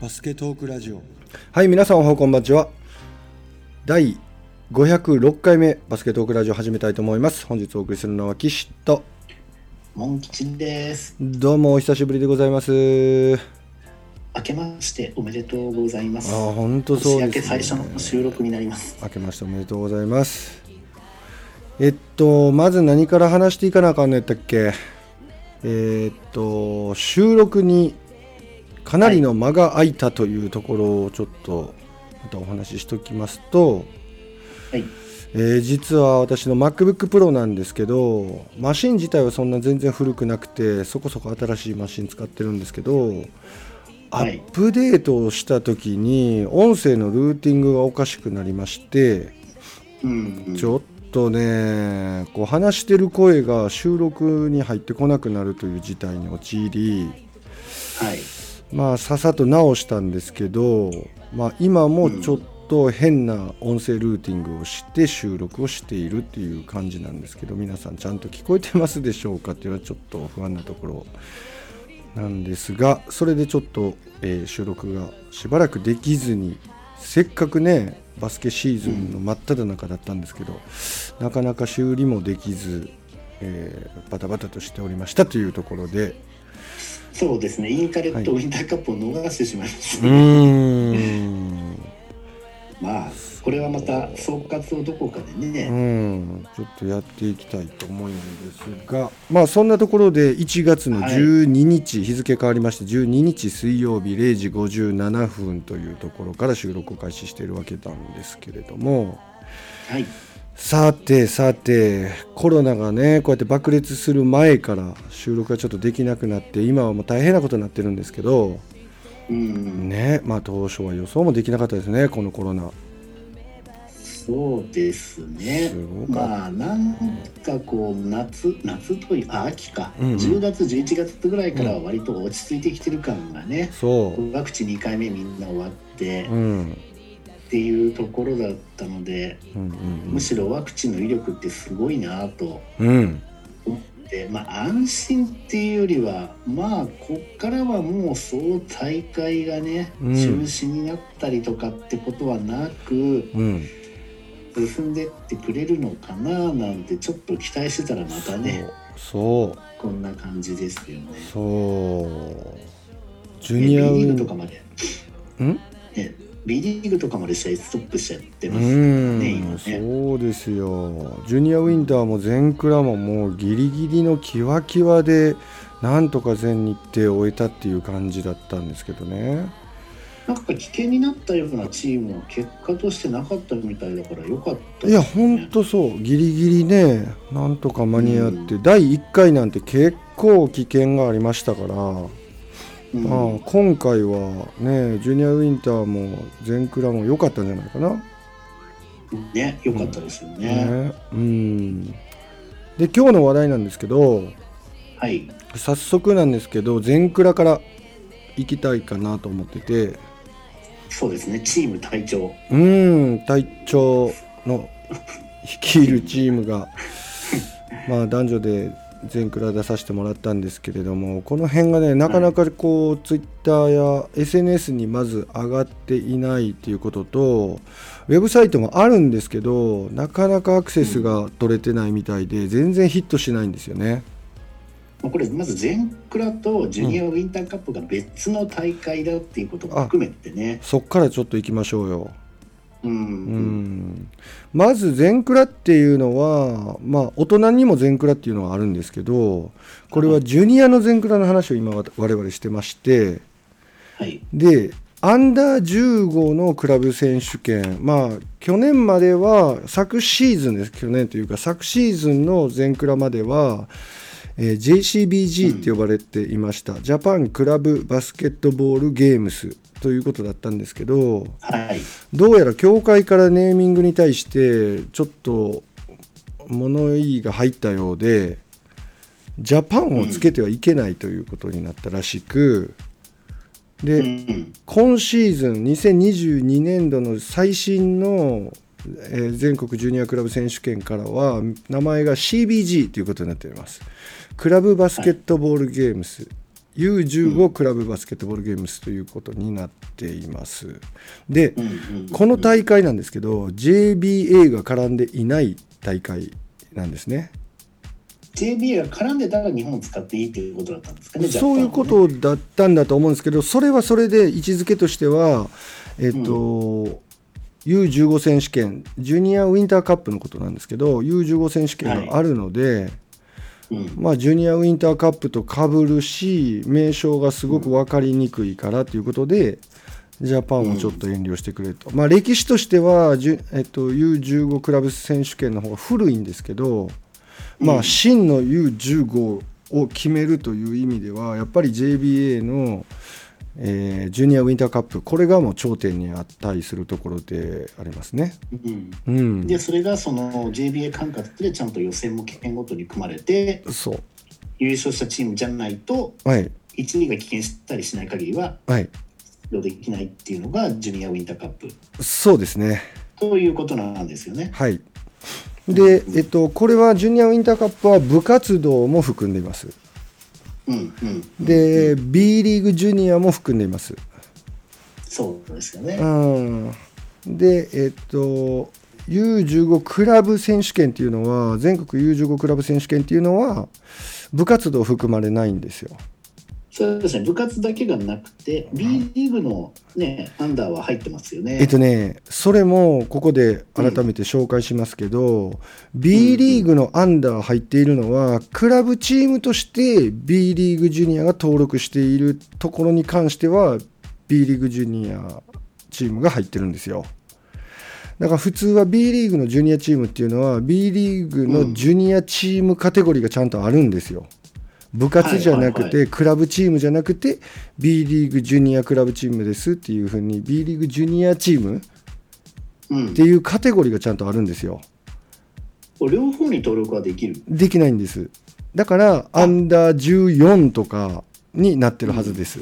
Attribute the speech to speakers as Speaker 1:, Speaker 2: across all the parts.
Speaker 1: バスケトークラジオ
Speaker 2: はい、皆さんおはこんばんちは。第506回目バスケットークラジオ始めたいと思います。本日お送りするのは岸と、
Speaker 3: モン吉です。
Speaker 2: どうもお久しぶりでございます。
Speaker 3: 明けましておめでとうございます。
Speaker 2: ああ、本当そうです、ね。
Speaker 3: 年明け最初の収録になります。
Speaker 2: 明けましておめでとうございます。えっと、まず何から話していかなあかんのやったっけえーっと、収録にかなりの間が空いたというところをちょっと、またお話ししときますと、
Speaker 3: はい。
Speaker 2: えー実は私の MacBookPro なんですけどマシン自体はそんな全然古くなくてそこそこ新しいマシン使ってるんですけどア
Speaker 3: は
Speaker 2: ッ
Speaker 3: い
Speaker 2: プデートをした時に音声のルーティングがおかしくなりまして
Speaker 3: うん。
Speaker 2: ちょっとねこう話してる声が収録に入ってこなくなるという事態に陥り
Speaker 3: はい。
Speaker 2: まあさっさと直したんですけど、まあ、今もちょっと変な音声ルーティングをして収録をしているっていう感じなんですけど皆さんちゃんと聞こえてますでしょうかっていうのはちょっと不安なところなんですがそれでちょっと、えー収録がしばらくできずにせっかくねバスケシーズンの真っ只中だったんですけど、なかなか修理もできず、えーバタバタとしておりましたというところで。
Speaker 3: そうですね。インカレットウ
Speaker 2: は
Speaker 3: ィンターカップを逃してしまいまし
Speaker 2: う
Speaker 3: た。
Speaker 2: ーん
Speaker 3: まあ、これはまた総括をどこかで
Speaker 2: う
Speaker 3: ね。
Speaker 2: ん、ちょっとやっていきたいと思うんですが、まあそんなところで1月の12日、日付変わりまして12日水曜日0時57分というところから収録を開始しているわけなんですけれども、
Speaker 3: はい。
Speaker 2: さてさてコロナがねこうやって爆裂する前から収録がちょっとできなくなって今はもう大変なことになってるんですけど、
Speaker 3: うん。
Speaker 2: ね、まあ当初は予想もできなかったですねこのコロナ。
Speaker 3: そうですね
Speaker 2: すご。かった
Speaker 3: まあ、なんかこう、夏、夏という、あ、秋か。
Speaker 2: うんうん
Speaker 3: 10月、11月ぐらいからは割と落ち着いてきてる感がね。
Speaker 2: そ
Speaker 3: ワクチン2回目みんな終わって
Speaker 2: う。うん。
Speaker 3: っていうところだったので、
Speaker 2: うん
Speaker 3: むしろワクチンの威力ってすごいなぁと
Speaker 2: うんうん。うん。
Speaker 3: 思って、まあ、安心っていうよりはまあこっからはもうそう大会がね、
Speaker 2: うん
Speaker 3: 中止になったりとかってことはなく
Speaker 2: うん。
Speaker 3: 進んでってくれるのかなぁなんてちょっと期待してたらまたね
Speaker 2: そう
Speaker 3: こんな感じですよね。
Speaker 2: そうジュ
Speaker 3: ね B
Speaker 2: ニア
Speaker 3: リー
Speaker 2: ウ
Speaker 3: グとかまで、
Speaker 2: ん
Speaker 3: ね、B リーグとかまで試合ストップしちゃって
Speaker 2: う
Speaker 3: ますからね
Speaker 2: ん
Speaker 3: 今ね。
Speaker 2: そうですよジュニアウィンターも全クラももうギリギリのキワキワでなんとか全日程を終えたっていう感じだったんですけどね
Speaker 3: なんか危険になったようなチームは結果としてなかったみたいだから良かった、
Speaker 2: いやほんとそうギリギリねなんとか間に合って、
Speaker 3: うん
Speaker 2: 第1回なんて結構危険がありましたから
Speaker 3: うん
Speaker 2: まあ、今回はねジュニアウィンターも全クラも良かったんじゃないかな
Speaker 3: ね良かったですよね、
Speaker 2: ね、うんで今日の話題なんですけど
Speaker 3: はい
Speaker 2: 早速なんですけど全クラから行きたいかなと思ってて
Speaker 3: そうですねチーム隊長
Speaker 2: うん隊長の率いるチームがまあ男女で全クラ出させてもらったんですけれどもこの辺がねなかなかこう、ツイッターや SNS にまず上がっていないっていうこととウェブサイトもあるんですけどなかなかアクセスが取れてないみたいで全然ヒットしないんですよね。
Speaker 3: まあこれまず全クラとジュニアウィンターカップが別の大会だっていうことも含めてね
Speaker 2: そっからちょっと行きましょうよ。
Speaker 3: うん、
Speaker 2: うんまず全クラっていうのは、まあ、大人にも全クラっていうのはあるんですけどこれはジュニアの全クラの話を今わ我々してまして
Speaker 3: はい
Speaker 2: でアンダー15のクラブ選手権まあ去年までは昨シーズンです去年というか昨シーズンの全クラまでは、えー JCBG って呼ばれていました、ジャパンクラブバスケットボールゲームスということだったんですけど
Speaker 3: はい
Speaker 2: どうやら協会からネーミングに対してちょっと物言いが入ったようでジャパンをつけてはいけないということになったらしく、
Speaker 3: う
Speaker 2: で
Speaker 3: ん
Speaker 2: 今シーズン2022年度の最新の、えー全国ジュニアクラブ選手権からは名前が CBG ということになっておりますクラブバスケットボールゲームス U15 クラブバスケットボールゲームスということになっています。で、
Speaker 3: うんうん
Speaker 2: この大会なんですけど、JBA が絡んでいない大会なんですね。
Speaker 3: JB が絡んでたら日本を使っていいっていうことだったんですかね、ジャパン
Speaker 2: そ
Speaker 3: は
Speaker 2: う
Speaker 3: ね
Speaker 2: いうことだったんだと思うんですけど、それはそれで位置づけとしては、えっと、U15 選手権、ジュニアウィンターカップのことなんですけど、U15 選手権があるので、
Speaker 3: うん
Speaker 2: まあ、ジュニアウィンターカップとかぶるし、名称がすごく分かりにくいからということで、ジャパンをちょっと遠慮してくれと、まあ、歴史としては、じゅえっと、U15 クラブ選手権の方が古いんですけど、まあ、真の U15 を決めるという意味では、やっぱり JBA の、えージュニアウィンターカップ、これがもう頂点に値するところでありますね。
Speaker 3: うん
Speaker 2: うん、
Speaker 3: でそれがその JBA 管轄でちゃんと予選も県ごとに組まれて
Speaker 2: そう、
Speaker 3: 優勝したチームじゃないと
Speaker 2: はい、
Speaker 3: 1位が棄権したりしない限りは
Speaker 2: はい、
Speaker 3: 出場できないっていうのがジュニアウィンターカップ
Speaker 2: そうですね。
Speaker 3: ということなんですよね。
Speaker 2: はい。で、えっと、これはジュニアウィンターカップは部活動も含んでいます。
Speaker 3: うんうん、
Speaker 2: で、B リーグジュニアも含んでいます。
Speaker 3: そうですよね。
Speaker 2: うん。で、えっと、U15 クラブ選手権っていうのは、全国 U15 クラブ選手権っていうのは、部活動含まれないんですよ。
Speaker 3: そうですね部活だけがなくて B リーグの、ね、アンダーは入ってますよね。
Speaker 2: えっとね、それもここで改めて紹介しますけど、B リーグのアンダー入っているのは、クラブチームとして B リーグジュニアが登録しているところに関しては、B リーグジュニアチームが入ってるんですよ。だから普通は B リーグのジュニアチームっていうのは、B リーグのジュニアチームカテゴリーがちゃんとあるんですよ。部活じゃなく
Speaker 3: はいはいは
Speaker 2: て、クラブチームじゃなくて、B リーグジュニアクラブチームですっていうふうに、B リーグジュニアチームっ
Speaker 3: うん
Speaker 2: て、いうカテゴリーがちゃんとあるんですよ。
Speaker 3: 両方に登録はできる。
Speaker 2: できないんです。だから、アンダー14とかになってるはずです。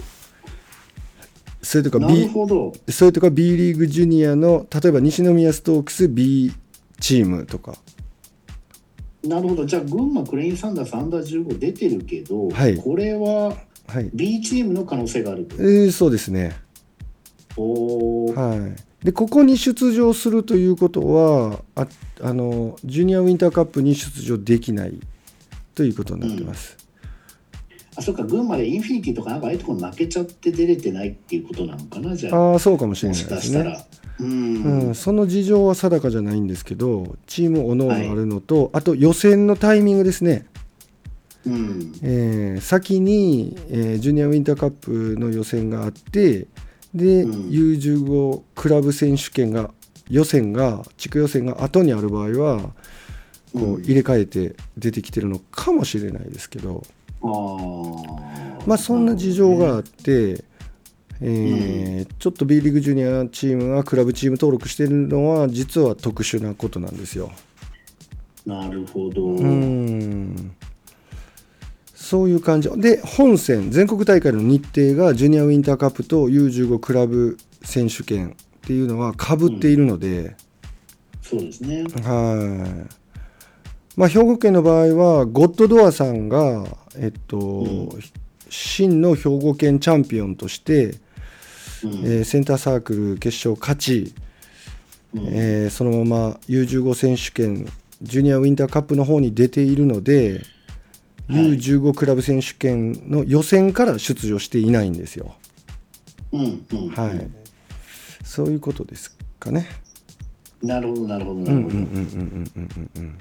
Speaker 2: それとか
Speaker 3: なる
Speaker 2: B、
Speaker 3: ほど。
Speaker 2: それとか B リーグジュニアの、例えば西宮ストークス B チームとか。
Speaker 3: なるほど。じゃあ群馬クレインサンダースアンダー15出てるけど、
Speaker 2: はい
Speaker 3: これは
Speaker 2: はい。
Speaker 3: B チームの可能性があると
Speaker 2: え。ーそうですね。
Speaker 3: おー
Speaker 2: はい、でここに出場するということはああのジュニアウィンターカップに出場できないということになってます、
Speaker 3: あそっか群馬でインフィニティとかなんかああいうとこ負けちゃって出れてないっていうことなのかなじゃあ
Speaker 2: ああそうかもしれ
Speaker 3: も
Speaker 2: ない
Speaker 3: し
Speaker 2: で
Speaker 3: か
Speaker 2: す
Speaker 3: した
Speaker 2: ね
Speaker 3: ら。うん、
Speaker 2: うん、その事情は定かじゃないんですけどチーム各々あるのと、あと予選のタイミングですね、
Speaker 3: うん
Speaker 2: えー先に、えージュニアウィンターカップの予選があってで、
Speaker 3: うん
Speaker 2: U15 クラブ選手権が予選が地区予選が後にある場合はこ
Speaker 3: う
Speaker 2: うん入れ替えて出てきてるのかもしれないですけど、
Speaker 3: あ
Speaker 2: まあ、そんな事情があって、えーちょっと B リーグジュニアチームがクラブチーム登録してるのは実は特殊なことなんですよ。
Speaker 3: なるほど。
Speaker 2: うーんそういう感じで本戦全国大会の日程がジュニアウィンターカップと U15 クラブ選手権っていうのはかぶっているので。
Speaker 3: そうですね。
Speaker 2: はい。まあ、兵庫県の場合は、ゴッドドアさんが、えっと、
Speaker 3: ん
Speaker 2: 真の兵庫県チャンピオンとして、
Speaker 3: うん
Speaker 2: えーセンターサークル決勝勝ち、
Speaker 3: うん
Speaker 2: えーそのまま U15 選手権、ジュニアウィンターカップの方に出ているので、
Speaker 3: はい
Speaker 2: U15 クラブ選手権の予選から出場していないんですよ。
Speaker 3: うんうん
Speaker 2: はい。そういうことですかね。
Speaker 3: なるほどなるほど
Speaker 2: う
Speaker 3: なんる
Speaker 2: うん
Speaker 3: ほ
Speaker 2: うん
Speaker 3: ど。
Speaker 2: うんうんうんうん。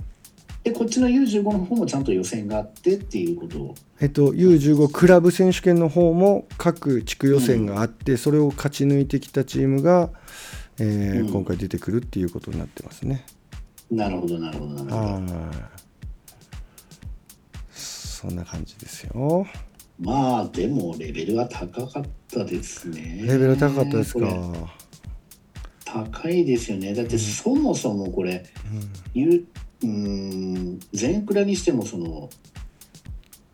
Speaker 3: でこっちの U15 の方もちゃんと予選があってっていうことを。
Speaker 2: えっと、U15 クラブ選手権の方も各地区予選があって、それを勝ち抜いてきたチームが、えー
Speaker 3: うん
Speaker 2: 今回出てくるっていうことになってますね。
Speaker 3: なるほどなるほどなるほど。
Speaker 2: はいそんな感じですよ。
Speaker 3: まあでもレベルは高かったですね。
Speaker 2: レベル高かったです
Speaker 3: こ
Speaker 2: か。
Speaker 3: れ高いですよね。だってそもそもこれ、ゆうーん全クラにしてもその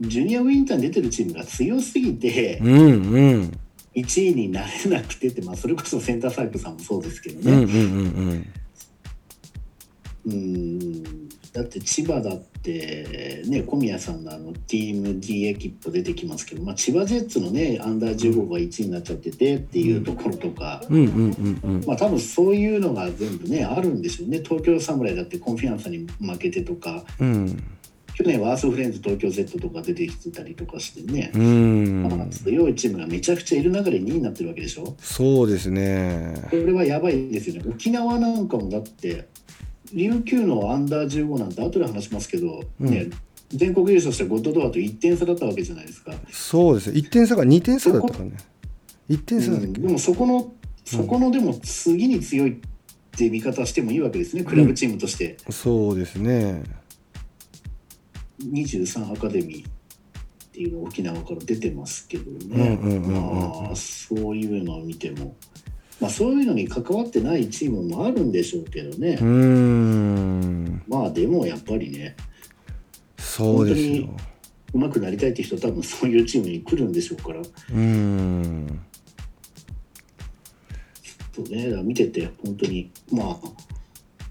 Speaker 3: ジュニアウィンターに出てるチームが強すぎて
Speaker 2: うんうん
Speaker 3: 1位になれなくてって、まあ、それこそセンターサークルさんもそうですけど
Speaker 2: うんうんうん
Speaker 3: ね、
Speaker 2: うん
Speaker 3: うーんだって千葉だって、ね、小宮さんのあのチーム D エキップ出てきますけど、まあ、千葉ジェッツのねアンダー15が1位になっちゃっててっていうところとか、
Speaker 2: うんうんうんうん
Speaker 3: まあ、多分そういうのが全部ねあるんでしょうね東京侍だってコンフィアンサに負けてとか
Speaker 2: うん
Speaker 3: 去年はアースフレンズ東京 Z とか出てきてたりとかしてね
Speaker 2: う、ん
Speaker 3: まあ強いチームがめちゃくちゃいる中で2位になってるわけでしょ
Speaker 2: そうですね
Speaker 3: これはやばいですよね沖縄なんかもだって琉球のアンダー15なんて後で話しますけど、
Speaker 2: うん
Speaker 3: ね全国優勝したゴッドドアと1点差だったわけじゃないですか、
Speaker 2: そうですね1点差が2点差だったかね1点差だっ
Speaker 3: う
Speaker 2: たっ
Speaker 3: ん
Speaker 2: け、
Speaker 3: でもそこのそこのでも次に強いって見方してもいいわけですねクラブチームとして、
Speaker 2: そうですね
Speaker 3: 23アカデミーっていうの沖縄から出てますけど
Speaker 2: うん
Speaker 3: ね、
Speaker 2: うんうんうんうん
Speaker 3: まあそういうのを見ても、まあ、そういうのに関わってないチームもあるんでしょうけどね、
Speaker 2: うーん
Speaker 3: まあでもやっぱりね
Speaker 2: そうですよ
Speaker 3: 本うまくなりたいって人は多分 そういうチームに来るんでしょうからち
Speaker 2: うーん
Speaker 3: ょっとね見てて本当にま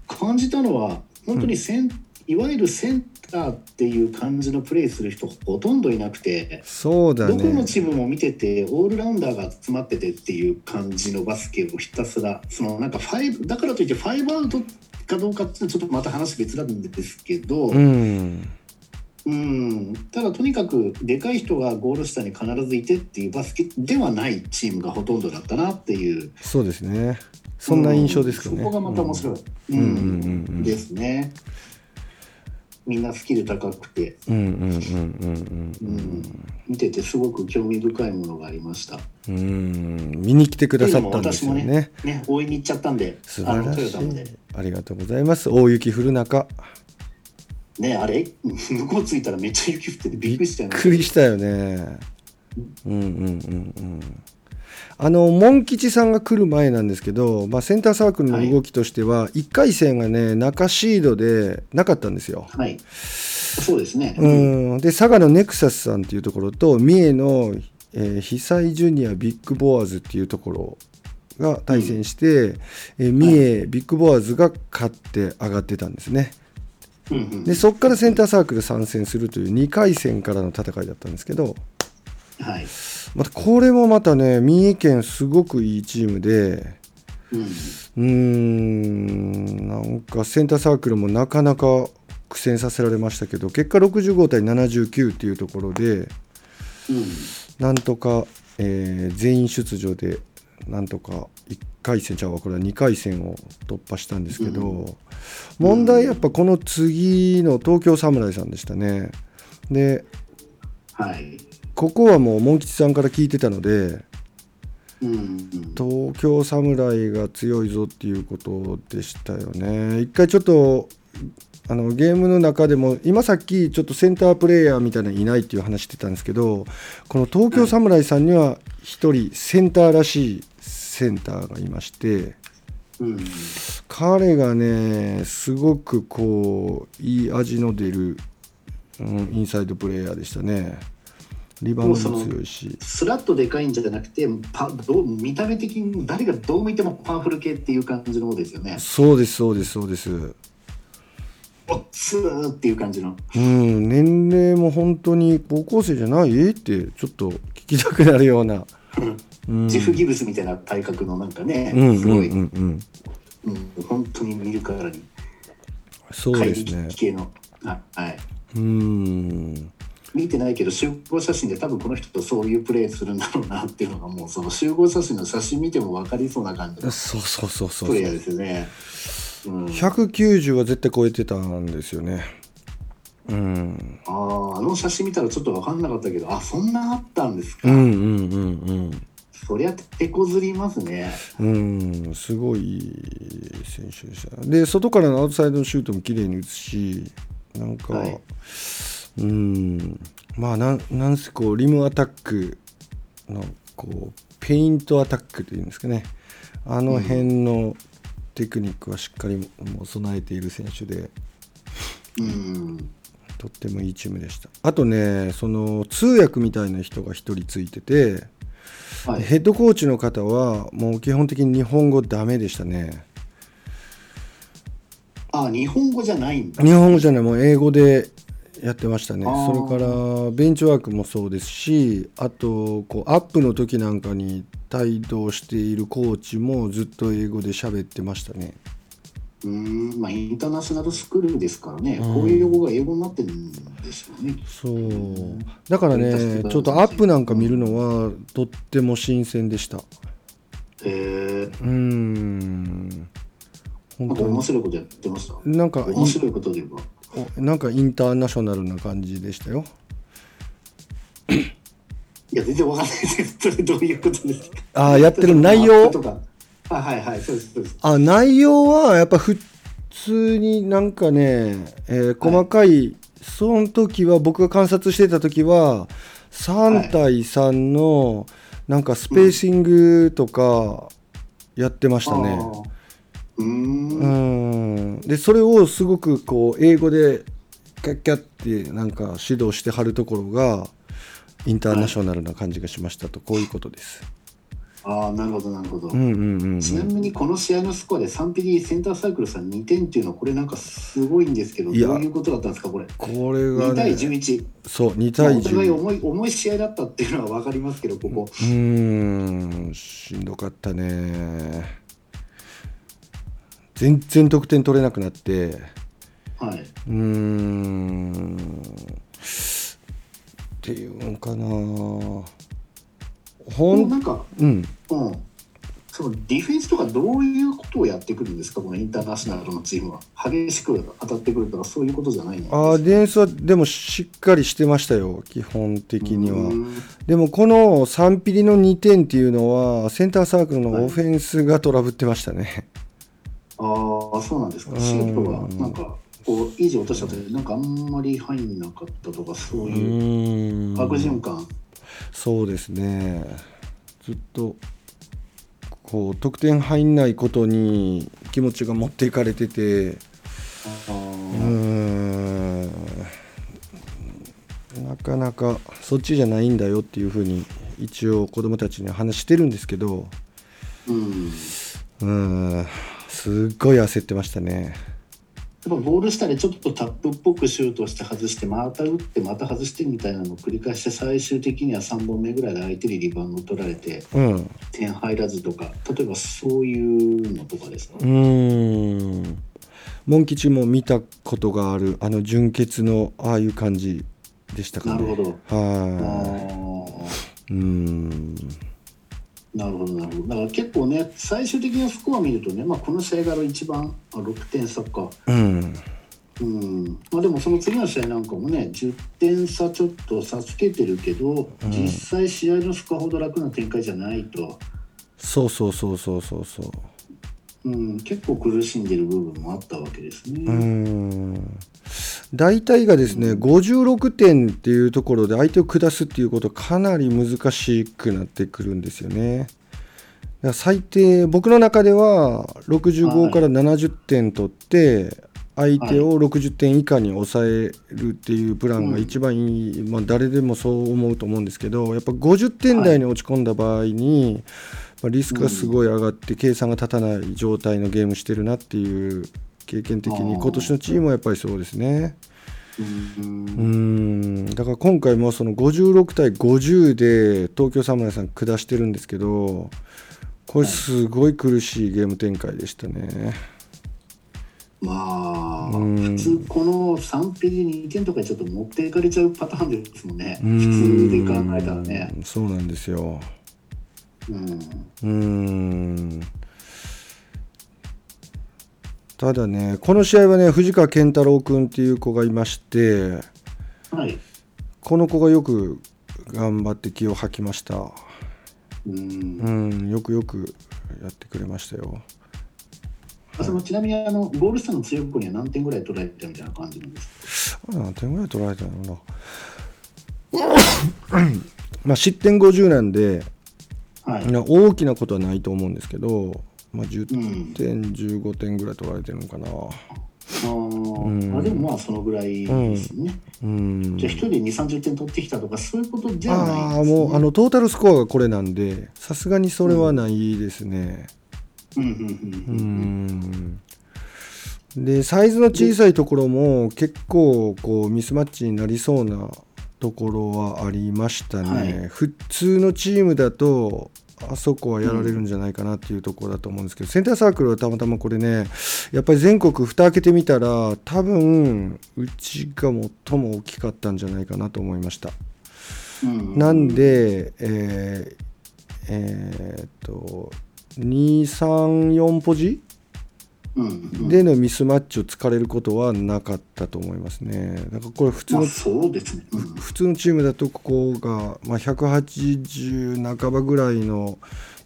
Speaker 3: あ感じたのは本当にセン、いわゆるセンターっていう感じのプレーする人ほとんどいなくて。
Speaker 2: そうだ
Speaker 3: どこ
Speaker 2: ね
Speaker 3: のチームも見ててオールラウンダーが集まっててっていう感じのバスケをひたすらそのなんかファイブだからといってファイブアウトかどうかっていうのはちょっとまた話別なんですけど、
Speaker 2: うん
Speaker 3: うんただとにかくでかい人がゴール下に必ずいてっていうバスケではないチームがほとんどだったなっていう
Speaker 2: そうですねそんな印象ですかね、
Speaker 3: うんそこがまた面白い、うん
Speaker 2: うんうんうんうん
Speaker 3: ですねみんなスキル高くて、
Speaker 2: うんうんうんうん
Speaker 3: う
Speaker 2: うんん
Speaker 3: 見ててすごく興味深いものがありました。
Speaker 2: うんうん見に来てくださったんですよ
Speaker 3: というのも
Speaker 2: ね
Speaker 3: ね、応援に行っちゃったんで、
Speaker 2: 素晴らし
Speaker 3: あのトヨタまで
Speaker 2: いありがとうございます大雪降る中
Speaker 3: ね、あれ、 向こう着いたらめっちゃ雪降っててびっくりしたよね。
Speaker 2: びっくりしたよねうんうんうんうんあのモン吉さんが来る前なんですけど、まあ、センターサークルの動きとしては、1回戦がね中シードでなかったんですよ、
Speaker 3: はい。そうですね。
Speaker 2: うん、で佐賀のネクサスさんっていうところと三重の、えー、久井ジュニアビッグボアーズっていうところが対戦して、えー三重、ビッグボアーズが勝って上がってたんですね
Speaker 3: うんうん
Speaker 2: でそこからセンターサークル参戦するという2回戦からの戦いだったんですけど
Speaker 3: はい。
Speaker 2: またこれもまたね三重県すごくいいチームで
Speaker 3: うん。
Speaker 2: うーんなんかセンターサークルもなかなか苦戦させられましたけど結果65対79っていうところで
Speaker 3: うん。
Speaker 2: なんとか、えー全員出場でなんとか1回戦ちゃうわこれは2回戦を突破したんですけど、問題やっぱこの次の東京侍さんでしたね。で
Speaker 3: はい。
Speaker 2: ここはもうモン吉さんから聞いてたので
Speaker 3: うんうん。
Speaker 2: 東京侍が強いぞっていうことでしたよね。一回ちょっとあのゲームの中でも今さっきちょっとセンタープレーヤーみたいなのいないっていう話してたんですけどこの東京侍さんには1人センターらしいセンターがいまして
Speaker 3: うん。
Speaker 2: 彼がねすごくこういい味の出る、うん、インサイドプレーヤーでしたねリバウンドも強いし
Speaker 3: スラッとでかいんじゃなくて、パどう見た目的に誰がどう見てもパワフル系っていう感じの方ですよね。
Speaker 2: そうですそうですそうです
Speaker 3: おっつーっていう感じの。
Speaker 2: うん、年齢も本当に高校生じゃないってちょっと聞きたくなるような、うん、
Speaker 3: ジェフ・ギブスみたいな体格のなんかね、
Speaker 2: うん
Speaker 3: す
Speaker 2: うん
Speaker 3: ご
Speaker 2: う
Speaker 3: い、
Speaker 2: んうん
Speaker 3: うん本当に見るからに、
Speaker 2: そう
Speaker 3: 怪
Speaker 2: です
Speaker 3: 力
Speaker 2: ね
Speaker 3: 系の。あはい。
Speaker 2: うん
Speaker 3: 見てないけど集合写真で多分この人とそういうプレーするんだろうなっていうのがもうその集合写真の写真見ても分かりそうな感じの
Speaker 2: そうそうそうそう
Speaker 3: プレイヤーですよね。うん、あ
Speaker 2: 190は絶対超えてたんですよねうん
Speaker 3: ーあの写真見たらちょっと分かんなかったけどあそんなあったんですか、
Speaker 2: うんうんうん
Speaker 3: そりゃ手こずりますね。
Speaker 2: うんうんすごい選手でしたで外からのアウトサイドのシュートも綺麗に打つしなんか、
Speaker 3: はい
Speaker 2: うんまあなんなんせこうリムアタックのこうペイントアタックというんですかねあの辺のテクニックはしっかりもう備えている選手で
Speaker 3: うん
Speaker 2: とってもいいチームでしたあとねその通訳みたいな人が1人ついてて、
Speaker 3: はい、
Speaker 2: ヘッドコーチの方はもう基本的に日本語ダメでしたね
Speaker 3: あ日本語じゃないんだ
Speaker 2: 日本語じゃないもう英語でやってましたね
Speaker 3: あー
Speaker 2: それからベンチワークもそうですしあとこうアップの時なんかに帯同しているコーチもずっと英語で喋ってましたね
Speaker 3: うーんまあインターナショナルスクールですからね、
Speaker 2: うん
Speaker 3: こういう用語が英語になってるんですよね
Speaker 2: そうだからねちょっとアップなんか見るのはとっても新鮮でした
Speaker 3: へえ
Speaker 2: うーん本
Speaker 3: なんか
Speaker 2: 当
Speaker 3: 面
Speaker 2: に
Speaker 3: 白いことやってました
Speaker 2: なんか
Speaker 3: 面白いことで言えば
Speaker 2: いなんかインターナショナルな感じでしたよ
Speaker 3: いや全然わかんないですそれどういうことですか
Speaker 2: ああやってる内容
Speaker 3: とかあはいはいそうですそうです
Speaker 2: あ内容はやっぱ普通になんかね、えー細かい、その時は僕が観察してた時は3対3のなんかスペーシングとかやってましたね。
Speaker 3: ああうーん
Speaker 2: う
Speaker 3: は
Speaker 2: んでそれをすごくこう英語でキャッキャってなんか指導してはるところがインターナショナルな感じがしましたと、こういうことです。
Speaker 3: ああなるほどなるほど、
Speaker 2: うんうんうんうん、
Speaker 3: ちなみにこの試合のスコアで 3PD センターサークルさん2点っていうのはこれなんかすごいんですけど
Speaker 2: いや
Speaker 3: どういうことだったんですかこれ
Speaker 2: これが、
Speaker 3: 2
Speaker 2: ね、
Speaker 3: 対11、
Speaker 2: そう2
Speaker 3: まあ
Speaker 2: 対
Speaker 3: お互い
Speaker 2: 10。
Speaker 3: 重い重い試合だったっていうのは分かりますけどこ
Speaker 2: う
Speaker 3: こ、
Speaker 2: ーんしんどかったね全然得点取れなくなってう
Speaker 3: は
Speaker 2: ーんっていうのかな
Speaker 3: い、
Speaker 2: ほ
Speaker 3: もうんなんか、
Speaker 2: うん
Speaker 3: うん、そのディフェンスとかどういうことをやってくるんですかこのインターナショナルのチームは激しく当たってくるとかそういうことじゃないんです
Speaker 2: あーディフェンスはでもしっかりしてましたよ基本的に
Speaker 3: う
Speaker 2: は
Speaker 3: ん
Speaker 2: でもこの3ピリの2点っていうのはセンターサークルのオフェンスがトラブってましたね、
Speaker 3: ああそうなんです
Speaker 2: う
Speaker 3: か
Speaker 2: ん
Speaker 3: シートがなんかこういい字落とした時なんかあんまり入んなかったとかそう
Speaker 2: う
Speaker 3: いう
Speaker 2: ーん
Speaker 3: 悪循環
Speaker 2: そうですねずっとこう得点入んないことに気持ちが持っていかれてて
Speaker 3: あ
Speaker 2: うー
Speaker 3: ー
Speaker 2: んなかなかそっちじゃないんだよっていうふうに一応子供たちには話してるんですけど
Speaker 3: うん
Speaker 2: うーんすっごい焦ってましたね
Speaker 3: やっぱゴール下でちょっとタップっぽくシュートして外してまた打ってまた外してみたいなのを繰り返して最終的には3本目ぐらいで相手にリバウンド取られて
Speaker 2: うんう
Speaker 3: 点入らずとか例えばそういうのとかですか、
Speaker 2: ーんモン吉も見たことがあるあの純潔のああいう感じでしたかね
Speaker 3: なる
Speaker 2: ど
Speaker 3: ほ
Speaker 2: はい
Speaker 3: ああ
Speaker 2: うーん
Speaker 3: なるほどなるほどだから結構ね最終的なスコア見るとね、まあ、この試合が一番あ6点差か
Speaker 2: うん
Speaker 3: うんまあ、でもその次の試合なんかもね10点差ちょっと差つけてるけど、実際試合のスコアほど楽な展開じゃないと、
Speaker 2: そうそうそうそうそうそう
Speaker 3: うん、結構苦しんでる部分もあったわけですね。
Speaker 2: うーん大体がですね56点っていうところで相手を下すっていうことかなり難しくなってくるんですよねだから最低僕の中では65から70点取って相手を60点以下に抑えるっていうプランが一番いい、まあ、誰でもそう思うと思うんですけどやっぱ50点台に落ち込んだ場合に、まあリスクがすごい上がって計算が立たない状態のゲームしてるなっていう経験的に
Speaker 3: あー
Speaker 2: 今年のチームはやっぱりそうですね。
Speaker 3: うん
Speaker 2: うーんだから今回もその56対50で東京サムライさん下してるんですけどこれすごい苦しいゲーム展開でしたね。
Speaker 3: まあ、
Speaker 2: うん
Speaker 3: 普通この3ピリ2点とかにちょっと持っていかれちゃうパターンですもんね、
Speaker 2: うーん
Speaker 3: 普通で考えたらね。
Speaker 2: そうなんですよ。
Speaker 3: うん
Speaker 2: うーんただねこの試合はね藤川健太郎君っていう子がいまして
Speaker 3: はい
Speaker 2: この子がよく頑張って気を吐きました
Speaker 3: うん
Speaker 2: うんよくよくやってくれましたよ
Speaker 3: あそのちなみにあのゴール下の強い子には何点ぐらい取られてたみたいな感じなんですか
Speaker 2: あれ何点ぐらい取られたのかなまあ失点50なんで
Speaker 3: はい、
Speaker 2: な大きなことはないと思うんですけど、まあ、
Speaker 3: う
Speaker 2: 10
Speaker 3: ん
Speaker 2: 点15点ぐらい取られてるのかな
Speaker 3: あー
Speaker 2: うん
Speaker 3: あでもまあそのぐらいですね、
Speaker 2: うん
Speaker 3: じゃあ1人で2 3 0点取ってきたとかそういうことじゃ
Speaker 2: あ
Speaker 3: な
Speaker 2: あ
Speaker 3: いん
Speaker 2: ー
Speaker 3: です、ね、
Speaker 2: もうあのトータルスコアがこれなんでさすがにそれはないですね
Speaker 3: うんうん
Speaker 2: う
Speaker 3: うんんうん
Speaker 2: でサイズの小さいところも結構こうミスマッチになりそうなところはありましたね、
Speaker 3: はい
Speaker 2: 普通のチームだとあそこはやられるんじゃないかなっていうところだと思うんですけど、センターサークルはたまたまこれねやっぱり全国蓋開けてみたら多分うちが最も大きかったんじゃないかなと思いました。
Speaker 3: うん
Speaker 2: なんで、えーえーっと234ポジ
Speaker 3: うんうん
Speaker 2: でのミスマッチを突かれることはなかったと思いますね。だからこれ普通
Speaker 3: まあ
Speaker 2: の
Speaker 3: そうですね、うん
Speaker 2: 普通のチームだとここが、まあ、180半ばぐらいの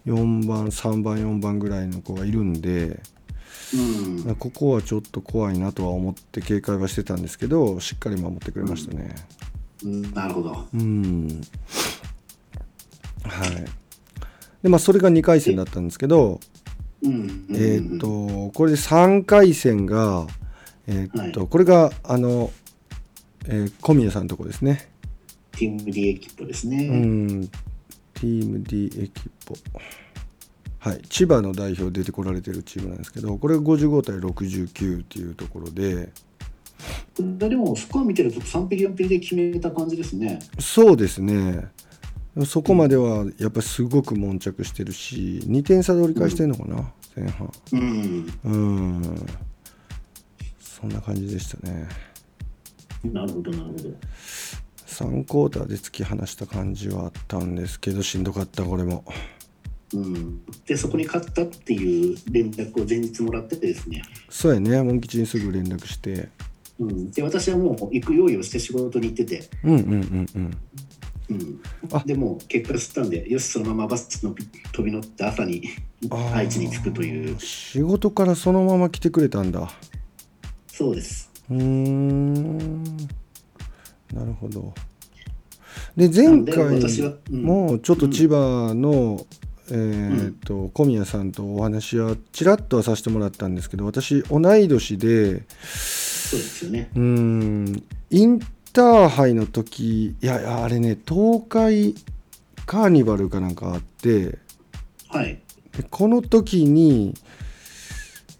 Speaker 2: 4番3番4番ぐらいの子がいるんで
Speaker 3: うん、
Speaker 2: ここはちょっと怖いなとは思って警戒はしてたんですけどしっかり守ってくれましたね。
Speaker 3: うんなるほど。
Speaker 2: うんはいでまあ、それが2回戦だったんですけど、
Speaker 3: うん、うん
Speaker 2: えーっ、とこれで3回戦が、えーっとこれがあの、えー小宮さんのとこですね、
Speaker 3: ティム・リエキップです
Speaker 2: う
Speaker 3: ね。
Speaker 2: ん、チーム D エキポ、はい、千葉の代表出てこられてるチームなんですけどこれが55対69っていうところで
Speaker 3: でも、スコア見てると3匹4匹で決めた感じですね。
Speaker 2: そうですねそこまではやっぱりすごく悶着してるし2点差で折り返してるのかな、前半
Speaker 3: うん、
Speaker 2: うんそんな感じでしたね
Speaker 3: なるほど、なるほど。
Speaker 2: 3クォーターで突き放した感じはあったんですけどしんどかったこれも
Speaker 3: うん、で、そこに勝ったっていう連絡を前日もらっててですね、
Speaker 2: そうやねモン吉にすぐ連絡して
Speaker 3: うん、で私はもう行く用意をして仕事に行ってて、
Speaker 2: うんうんうんうん
Speaker 3: うん
Speaker 2: あ、
Speaker 3: でもう結果知ったんで、よし、そのままバスの飛び乗って朝に
Speaker 2: あー
Speaker 3: 愛知に着くという、
Speaker 2: 仕事からそのまま来てくれたんだ
Speaker 3: そうです。
Speaker 2: うーんなるほどで
Speaker 3: な
Speaker 2: 前
Speaker 3: んで私は
Speaker 2: 回、
Speaker 3: うん
Speaker 2: もちょっと
Speaker 3: うん
Speaker 2: 千葉の、えーっと小宮さんとお話はちらっとはさせてもらったんですけど私同い年で
Speaker 3: そうですよね。
Speaker 2: うーんインターハイの時いやいやあれね東海カーニバルかなんかあって
Speaker 3: はい。
Speaker 2: でこの時に、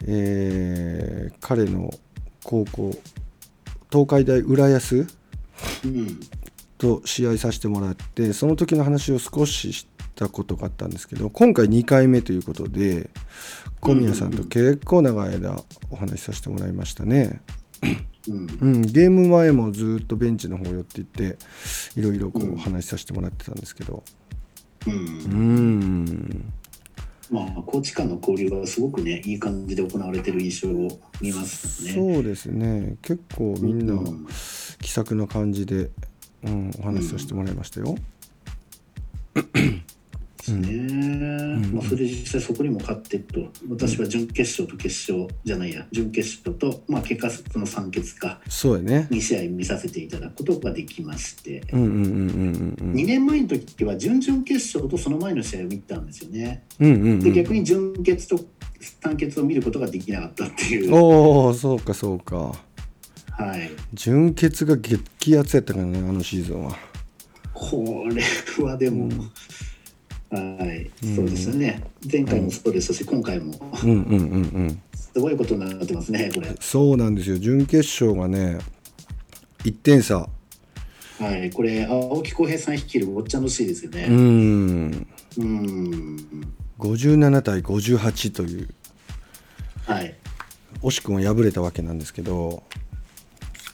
Speaker 2: えー彼の高校東海大浦安
Speaker 3: うん。
Speaker 2: と試合させてもらってその時の話を少ししたことがあったんですけど今回2回目ということで小宮さんと結構長い間お話しさせてもらいましたね。
Speaker 3: うん。
Speaker 2: うん、ゲーム前もずっとベンチの方寄って行っていろいろこ
Speaker 3: う
Speaker 2: うん話しさせてもらってたんですけど
Speaker 3: う。
Speaker 2: うんん
Speaker 3: まあ、高知間の交流がすごくね、いい感じで行われてる印象を見ますね。
Speaker 2: そうですね結構みん
Speaker 3: う
Speaker 2: な気さくな感じで、うん、お話しさせてもらいましたよ、
Speaker 3: ですね。まあ、それで実際そこにも勝ってると、私は準決勝と決勝じゃないや、準決勝と、まあ、結果、その3決か、
Speaker 2: そうやね
Speaker 3: 2試合見させていただくことができまして、
Speaker 2: うんうんうんうんうん
Speaker 3: 2年前の時は準々決勝とその前の試合を見たんですよね。
Speaker 2: うんうんう
Speaker 3: で、
Speaker 2: ん
Speaker 3: 逆に準決と単決を見ることができなかったっていう、
Speaker 2: おおそうかそうか
Speaker 3: はい、
Speaker 2: 純潔が激アツやったからねあのシーズンは
Speaker 3: これはでも、はい、そうですね。前回もそうですし、今回も
Speaker 2: うんうんうんうん
Speaker 3: すごいことになってますね、これ。
Speaker 2: そうなんですよ準決勝がね1点差
Speaker 3: はい、これ青木浩平さん率いるごっちゃの C ですよ
Speaker 2: う
Speaker 3: ね。
Speaker 2: ん
Speaker 3: うーん、
Speaker 2: 57対58という
Speaker 3: はい。
Speaker 2: 惜しくも敗れたわけなんですけど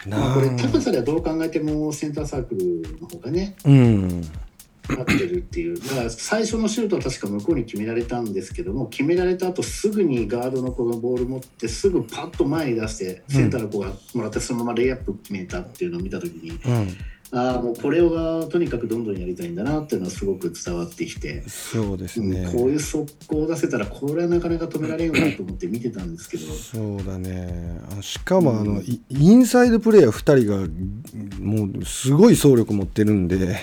Speaker 3: まあ、こ
Speaker 2: あ
Speaker 3: れ高さではどう考えてもセンターサークルの方がね
Speaker 2: うん
Speaker 3: 勝ってるっていう。だから最初のシュートは確か向こうに決められたんですけども、決められた後すぐにガードの子がボール持ってすぐパッと前に出してセンターの子がもらってそのままレイアップ決めたっていうのを見たときに、
Speaker 2: うん
Speaker 3: ああもうこれはとにかくどんどんやりたいんだなっていうのはすごく伝わってきて。
Speaker 2: そうです
Speaker 3: うん
Speaker 2: ね
Speaker 3: こういう速攻を出せたらこれはなかなか止められんわと思って見てたんですけど、
Speaker 2: そうだねあしかもあの、イインサイドプレーヤー2人がもうすごい走力持ってるんで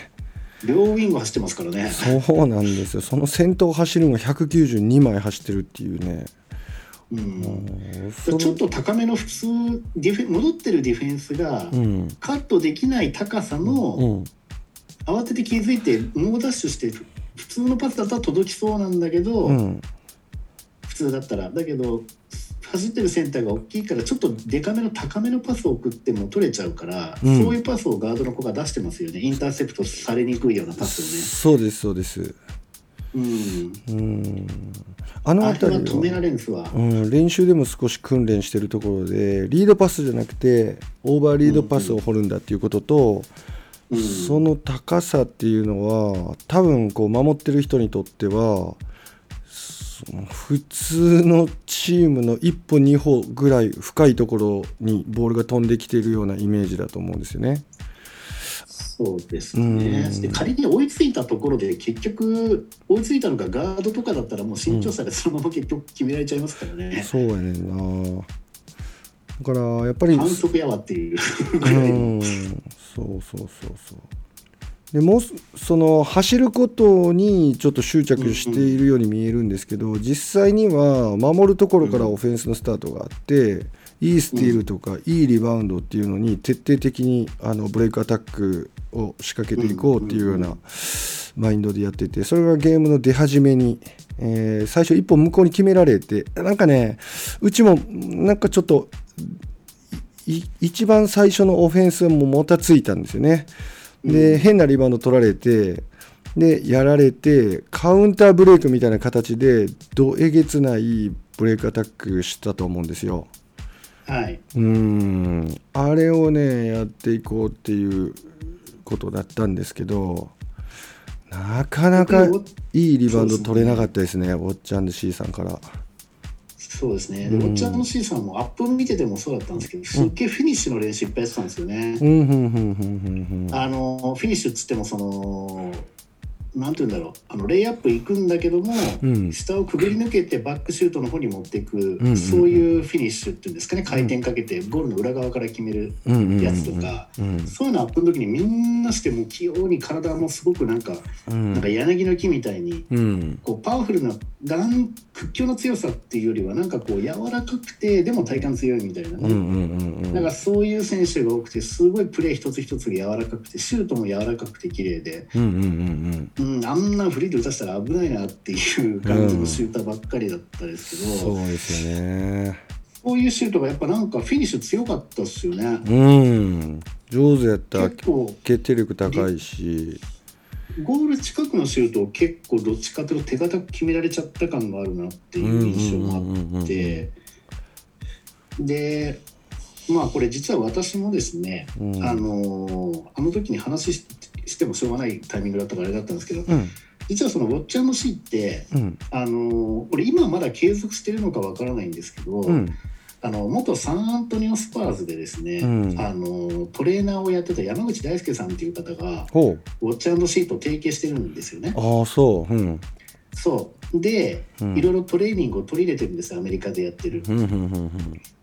Speaker 3: 両ウィング走ってますからね。
Speaker 2: そうなんですよその先頭走るのが192枚走ってるっていうね
Speaker 3: うん、
Speaker 2: 恐ろ
Speaker 3: ちょっと高めの普通ディフェン戻ってるディフェンスが、
Speaker 2: うん
Speaker 3: カットできない高さ
Speaker 2: う
Speaker 3: の、
Speaker 2: ん
Speaker 3: 慌てて気づいて猛ダッシュしてふ普通のパスだったら届きそうなんだけど、
Speaker 2: うん
Speaker 3: 普通だったらだけど走ってるセンターが大きいからちょっとデカめの高めのパスを送っても取れちゃうから、
Speaker 2: うん
Speaker 3: そういうパスをガードの子が出してますよねインターセプトされにくいようなパス
Speaker 2: そうですそうです
Speaker 3: をね。うん
Speaker 2: うんあの
Speaker 3: あれ
Speaker 2: 辺
Speaker 3: は
Speaker 2: り
Speaker 3: 止められんすわ。
Speaker 2: うん、練習でも少し訓練してるところでリードパスじゃなくてオーバーリードパスを掘るんだっていうことと、
Speaker 3: うん
Speaker 2: その高さっていうのは多分こう守ってる人にとってはその普通のチームの1歩2歩ぐらい深いところにボールが飛んできているようなイメージだと思うんですよね。
Speaker 3: そうです
Speaker 2: う
Speaker 3: ね
Speaker 2: ん
Speaker 3: で仮に追いついたところで結局追いついたのがガードとかだったらもう身長差でそのまま結局決められちゃいますからね、
Speaker 2: そうやねんなだからやっぱり
Speaker 3: 反則やわっていうぐらいの
Speaker 2: うんそうそうそうそうでもうすその走ることにちょっと執着しているように見えるんですけど、実際には守るところからオフェンスのスタートがあって、いいスティールとか、いいリバウンドっていうのに徹底的にあのブレイクアタックを仕掛けていこうっていうようなマインドでやっててそれがゲームの出始めに、えー最初一歩向こうに決められてなんかねうちもなんかちょっとい一番最初のオフェンスももたついたんですよね。で、変なリバウンド取られてでやられてカウンターブレイクみたいな形でどえげつないブレイクアタックしたと思うんですよ。
Speaker 3: はい、
Speaker 2: うんあれをねやっていこうっていうことだったんですけどなかなかいいリバウンド取れなかったですねウォッチャン &C さんから。
Speaker 3: そうですね、
Speaker 2: う
Speaker 3: で
Speaker 2: ん
Speaker 3: おっちゃんの C さんもアップ見ててもそうだったんですけど、すっげえフィニッシュの練習いっぱいやってたんですよね。
Speaker 2: うんうんうんうん
Speaker 3: あのフィニッシュっつってもそのなんて言うんだろうあのレイアップ行くんだけども、
Speaker 2: うん
Speaker 3: 下をくぐり抜けてバックシュートの方に持っていく、
Speaker 2: んうん
Speaker 3: そういうフィニッシュっていうんですかね回転かけてゴールの裏側から決める
Speaker 2: うんうんうん
Speaker 3: やつとか、
Speaker 2: うん
Speaker 3: そういうのアップの時にみんなしてもう器用に体もすごくなんか、
Speaker 2: うん
Speaker 3: なんか柳の木みたいに。
Speaker 2: うん
Speaker 3: こうパワフルな眼屈強の強さっていうよりはなんかこう柔らかくてでも体幹強いみたいな
Speaker 2: う
Speaker 3: ね、
Speaker 2: んうんうんうん
Speaker 3: なんかそういう選手が多くてすごいプレー一つ一つが柔らかくてシュートも柔らかくて綺麗で、
Speaker 2: うんうんうん
Speaker 3: うん、あんなフリーで打たせたら危ないなっていう感じのシューターばっかりだったです
Speaker 2: うん
Speaker 3: けど、
Speaker 2: そうですよね
Speaker 3: そういうシュートがやっぱなんかフィニッシュ強かったっすよね。
Speaker 2: うん上手やった
Speaker 3: 結構
Speaker 2: 決定力高いし
Speaker 3: ゴール近くのシュートを結構どっちかというと手堅く決められちゃった感があるなっていう印象もあってでまあこれ実は私もですね、
Speaker 2: うん
Speaker 3: あのーあの時に話ししてもしょうがないタイミングだったからあれだったんですけど、
Speaker 2: うん
Speaker 3: 実はそのウォッチャーの C って、
Speaker 2: うん
Speaker 3: あのー俺今まだ継続してるのかわからないんですけど、
Speaker 2: うん
Speaker 3: あの元サンアントニオスパーズでですね、
Speaker 2: うん
Speaker 3: あのートレーナーをやってた山口大輔さんっていう方が
Speaker 2: ほう
Speaker 3: ウォッチャー &C と提携してるんですよね。
Speaker 2: ああそううん
Speaker 3: そうで、
Speaker 2: うん
Speaker 3: いろいろトレーニングを取り入れてるんですよアメリカでやってる
Speaker 2: うんうんうん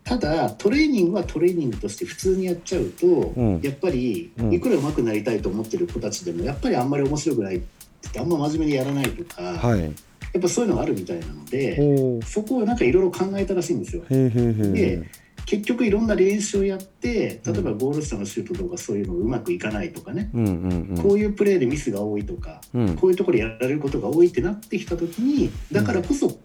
Speaker 3: ただトレーニングはトレーニングとして普通にやっちゃうと、
Speaker 2: ん
Speaker 3: やっぱり
Speaker 2: うん
Speaker 3: いくら上手くなりたいと思ってる子たちでもやっぱりあんまり面白くないって言ってあんま真面目にやらないとか、
Speaker 2: うんはい
Speaker 3: やっぱそういうのがあるみたいなので
Speaker 2: ほう
Speaker 3: そこをなんかいろいろ考えたらしいんですよ
Speaker 2: へーへーへー
Speaker 3: で結局いろんな練習をやって例えばゴール下のシュートとかそういうのうまくいかないとかね、
Speaker 2: うんうんうん
Speaker 3: こういうプレーでミスが多いとか、
Speaker 2: うん
Speaker 3: こういうところでやられることが多いってなってきた時にだからこそこ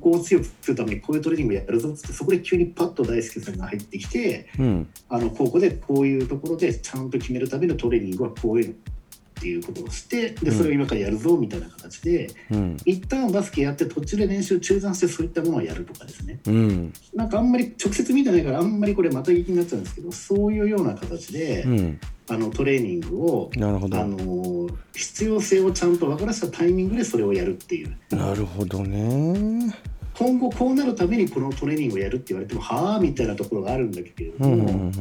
Speaker 3: こを強くするためにこういうトレーニングやるぞっつってそこで急にパッと大輔さんが入ってきて
Speaker 2: うん
Speaker 3: あの高校でこういうところでちゃんと決めるためのトレーニングはこういうのっていうことをしてでそれを今からやるぞみたいな形で、
Speaker 2: うん
Speaker 3: 一旦バスケやって途中で練習中断してそういったものをやるとかですね
Speaker 2: うん
Speaker 3: なんかあんまり直接見てないからあんまりこれまた聞きになっちゃうんですけどそういうような形で、
Speaker 2: うん
Speaker 3: あのトレーニングを、
Speaker 2: なるほ
Speaker 3: あ
Speaker 2: ど
Speaker 3: のー必要性をちゃんと分からせたタイミングでそれをやるっていう
Speaker 2: なるほどね
Speaker 3: 今後こうなるためにこのトレーニングをやるって言われてもはあみたいなところがあるんだけれ
Speaker 2: う
Speaker 3: ど
Speaker 2: ん
Speaker 3: も、
Speaker 2: うんうんうん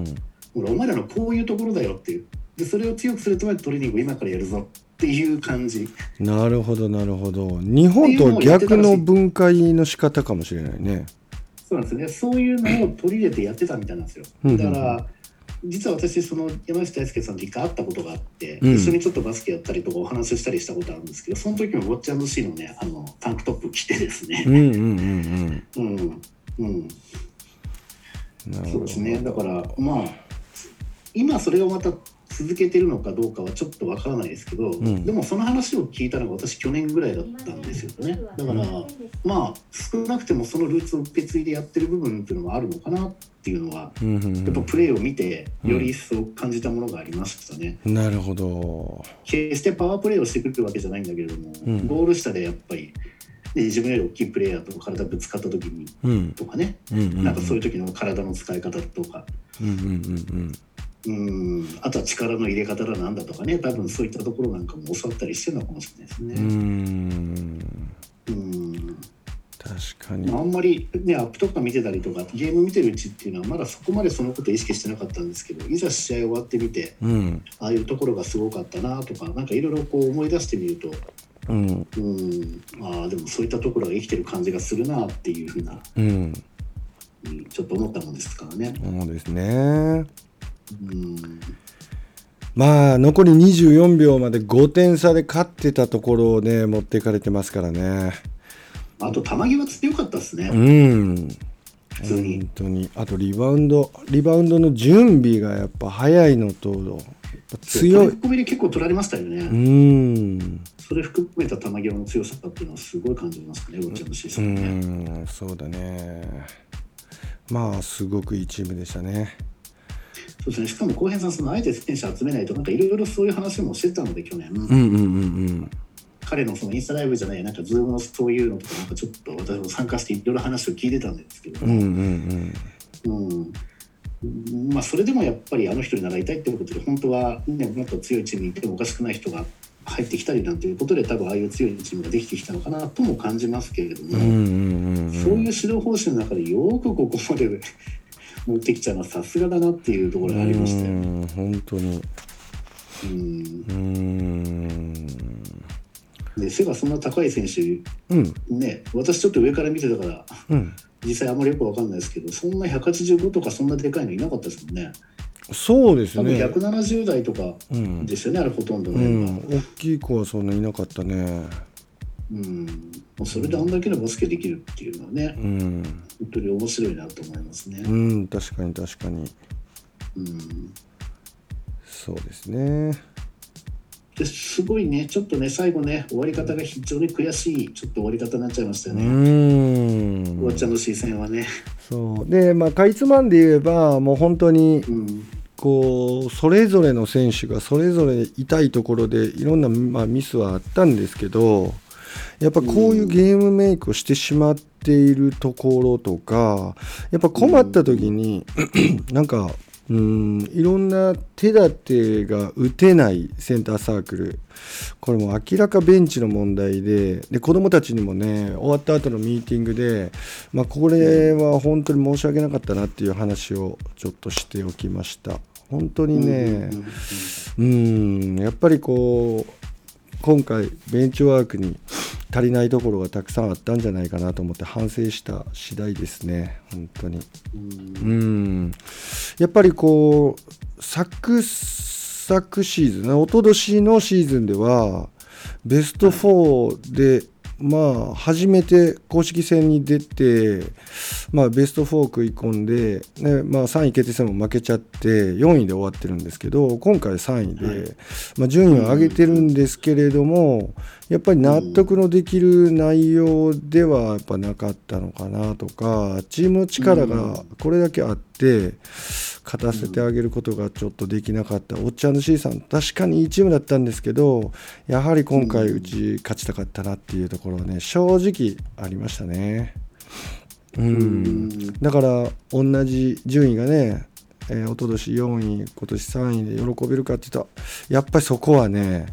Speaker 3: ほらお前らのこういうところだよっていうでそれを強くするためのトレーニングを今からやるぞっていう感じ
Speaker 2: なるほどなるほど日本と逆の分解の仕方かもしれないね
Speaker 3: そうなんですねそういうのを取り入れてやってたみたいなんですよ
Speaker 2: うん
Speaker 3: だから実は私その山下大輔さんと一回会ったことがあって、
Speaker 2: うん
Speaker 3: 一緒にちょっとバスケやったりとかお話をしたりしたことあるんですけどその時もウォッチャンドシーのねあのタンクトップ着てですね
Speaker 2: うんうんうん
Speaker 3: うん、うん、
Speaker 2: うんなるほ
Speaker 3: そう
Speaker 2: ど
Speaker 3: ですねだからまあ今それをまた続けてるのかどうかはちょっとわからないですけど、
Speaker 2: ん
Speaker 3: でもその話を聞いたのが私去年ぐらいだったんですよねだから、まあ少なくてもそのルーツを受け継いでやってる部分っていうのはあるのかなっていうのは
Speaker 2: うんうん
Speaker 3: やっぱプレーを見てより一層感じたものがありましたね、
Speaker 2: うんなるほど
Speaker 3: 決してパワープレーをしてくるわけじゃないんだけれども、
Speaker 2: うん
Speaker 3: ゴール下でやっぱり、ね、自分より大きいプレイヤーと体ぶつかった時に
Speaker 2: うん
Speaker 3: とかね、
Speaker 2: うんうん
Speaker 3: なんかそういう時の体の使い方とか
Speaker 2: うんうんうん
Speaker 3: うんあとは力の入れ方だなんだとかね多分そういったところなんかも教わったりしてるのかもしれないです
Speaker 2: うんう
Speaker 3: ね。
Speaker 2: ん
Speaker 3: うん
Speaker 2: 確かに
Speaker 3: まああんまり、ね、アップとか見てたりとかゲーム見てるうちっていうのはまだそこまでそのこと意識してなかったんですけどいざ試合終わってみて
Speaker 2: うん
Speaker 3: ああいうところがすごかったなとかなんかいろいろこう思い出してみると
Speaker 2: うん
Speaker 3: うんああでもそういったところが生きてる感じがするなっていうふうな、
Speaker 2: うん
Speaker 3: うんちょっと思ったもんですからね。
Speaker 2: そうですね
Speaker 3: うん
Speaker 2: まあ残り24秒まで5点差で勝ってたところをね持っていかれてますからね
Speaker 3: あと球際強かったですね。
Speaker 2: うん
Speaker 3: 普通に
Speaker 2: 本当にあとリバウンドリバウンドの準備がやっぱ早いのとやっぱ強
Speaker 3: 飛
Speaker 2: い
Speaker 3: び込みで結構取られましたよね。
Speaker 2: うん
Speaker 3: それ含めた球際の強さっていうのはすごい感じますね、ウォッチャーのシー
Speaker 2: う
Speaker 3: ズンね。
Speaker 2: んそうだねまあすごくいいチームでしたね
Speaker 3: そうですね、しかも浩平さん、そのあえて選手集めないと、なんかいろいろそういう話もしてたので、去年、
Speaker 2: うんうんうん
Speaker 3: 彼のそのインスタライブじゃない、なんかズームのそういうのとか、なんかちょっと私も参加して、いろいろ話を聞いてたんですけど、
Speaker 2: うんうんうん
Speaker 3: うんまあ、それでもやっぱりあの人に習いたいってことで、本当は、ね、もっと強いチームにいてもおかしくない人が入ってきたりなんていうことで、多分ああいう強いチームができてきたのかなとも感じますけれど
Speaker 2: う
Speaker 3: も。
Speaker 2: んうんうんうん
Speaker 3: そういう指導方針の中でよくここまで 持ってきちゃうのはさすがだなっていうところがありましたよ。
Speaker 2: うん本当に
Speaker 3: うん
Speaker 2: うん
Speaker 3: で背がそんな高い選手、
Speaker 2: うん
Speaker 3: ね、私ちょっと上から見てたから
Speaker 2: うん
Speaker 3: 実際あんまりよくわかんないですけどそんな185とかそんなでかいのいなかったですもんね。
Speaker 2: そうです
Speaker 3: 多分
Speaker 2: ね
Speaker 3: 170代とか
Speaker 2: うん
Speaker 3: ですよね、あれほとんどの
Speaker 2: う
Speaker 3: メン
Speaker 2: ん
Speaker 3: バー、
Speaker 2: 大きい子はそんなにいなかったね
Speaker 3: うんもうそれであんだけのバスケできるっていうのはね
Speaker 2: うん、
Speaker 3: 本当に面白いなと思いますね。
Speaker 2: うん、確かに確かに
Speaker 3: うん
Speaker 2: そうですね
Speaker 3: ですごいね、ちょっとね、最後ね、終わり方が非常に悔しい、ちょっと終わり方になっちゃいました
Speaker 2: う
Speaker 3: よ
Speaker 2: ん
Speaker 3: ね。ウォッチャーの視線はね、
Speaker 2: そうでまあかいつまんで言えばもう本当に
Speaker 3: うん、
Speaker 2: こうそれぞれの選手がそれぞれ痛いところでいろんな、まあ、ミスはあったんですけどやっぱこういうゲームメイクをしてしまっているところとかやっぱ困った時になんかうんいろんな手立てが打てないセンターサークルこれもう明らかベンチの問題でで子どもたちにもね終わった後のミーティングで、まあ、これは本当に申し訳なかったなっていう話をちょっとしておきました本当にね
Speaker 3: う
Speaker 2: う
Speaker 3: ん
Speaker 2: んやっぱりこう今回ベンチワークに足りないところがたくさんあったんじゃないかなと思って反省した次第ですね本当に。
Speaker 3: うん
Speaker 2: うんやっぱりこう昨昨シーズンね一昨年のシーズンではベスト4で、まあ初めて公式戦に出て、まあ、ベスト4食い込んで、ねまあ、3位決定戦も負けちゃって4位で終わってるんですけど今回3位で、
Speaker 3: はい
Speaker 2: まあ、順位を上げてるんですけれどもやっぱり納得のできる内容ではやっぱなかったのかなとかチームの力がこれだけあって勝たせてあげることがちょっとできなかったおっちゃんの C さん確かにいいチームだったんですけどやはり今回
Speaker 3: うん
Speaker 2: うち勝ちたかったなっていうところはね正直ありましたね。う
Speaker 3: うんん
Speaker 2: だから同じ順位がね、えー、一昨年4位今年3位で喜べるかって言ったらやっぱりそこはね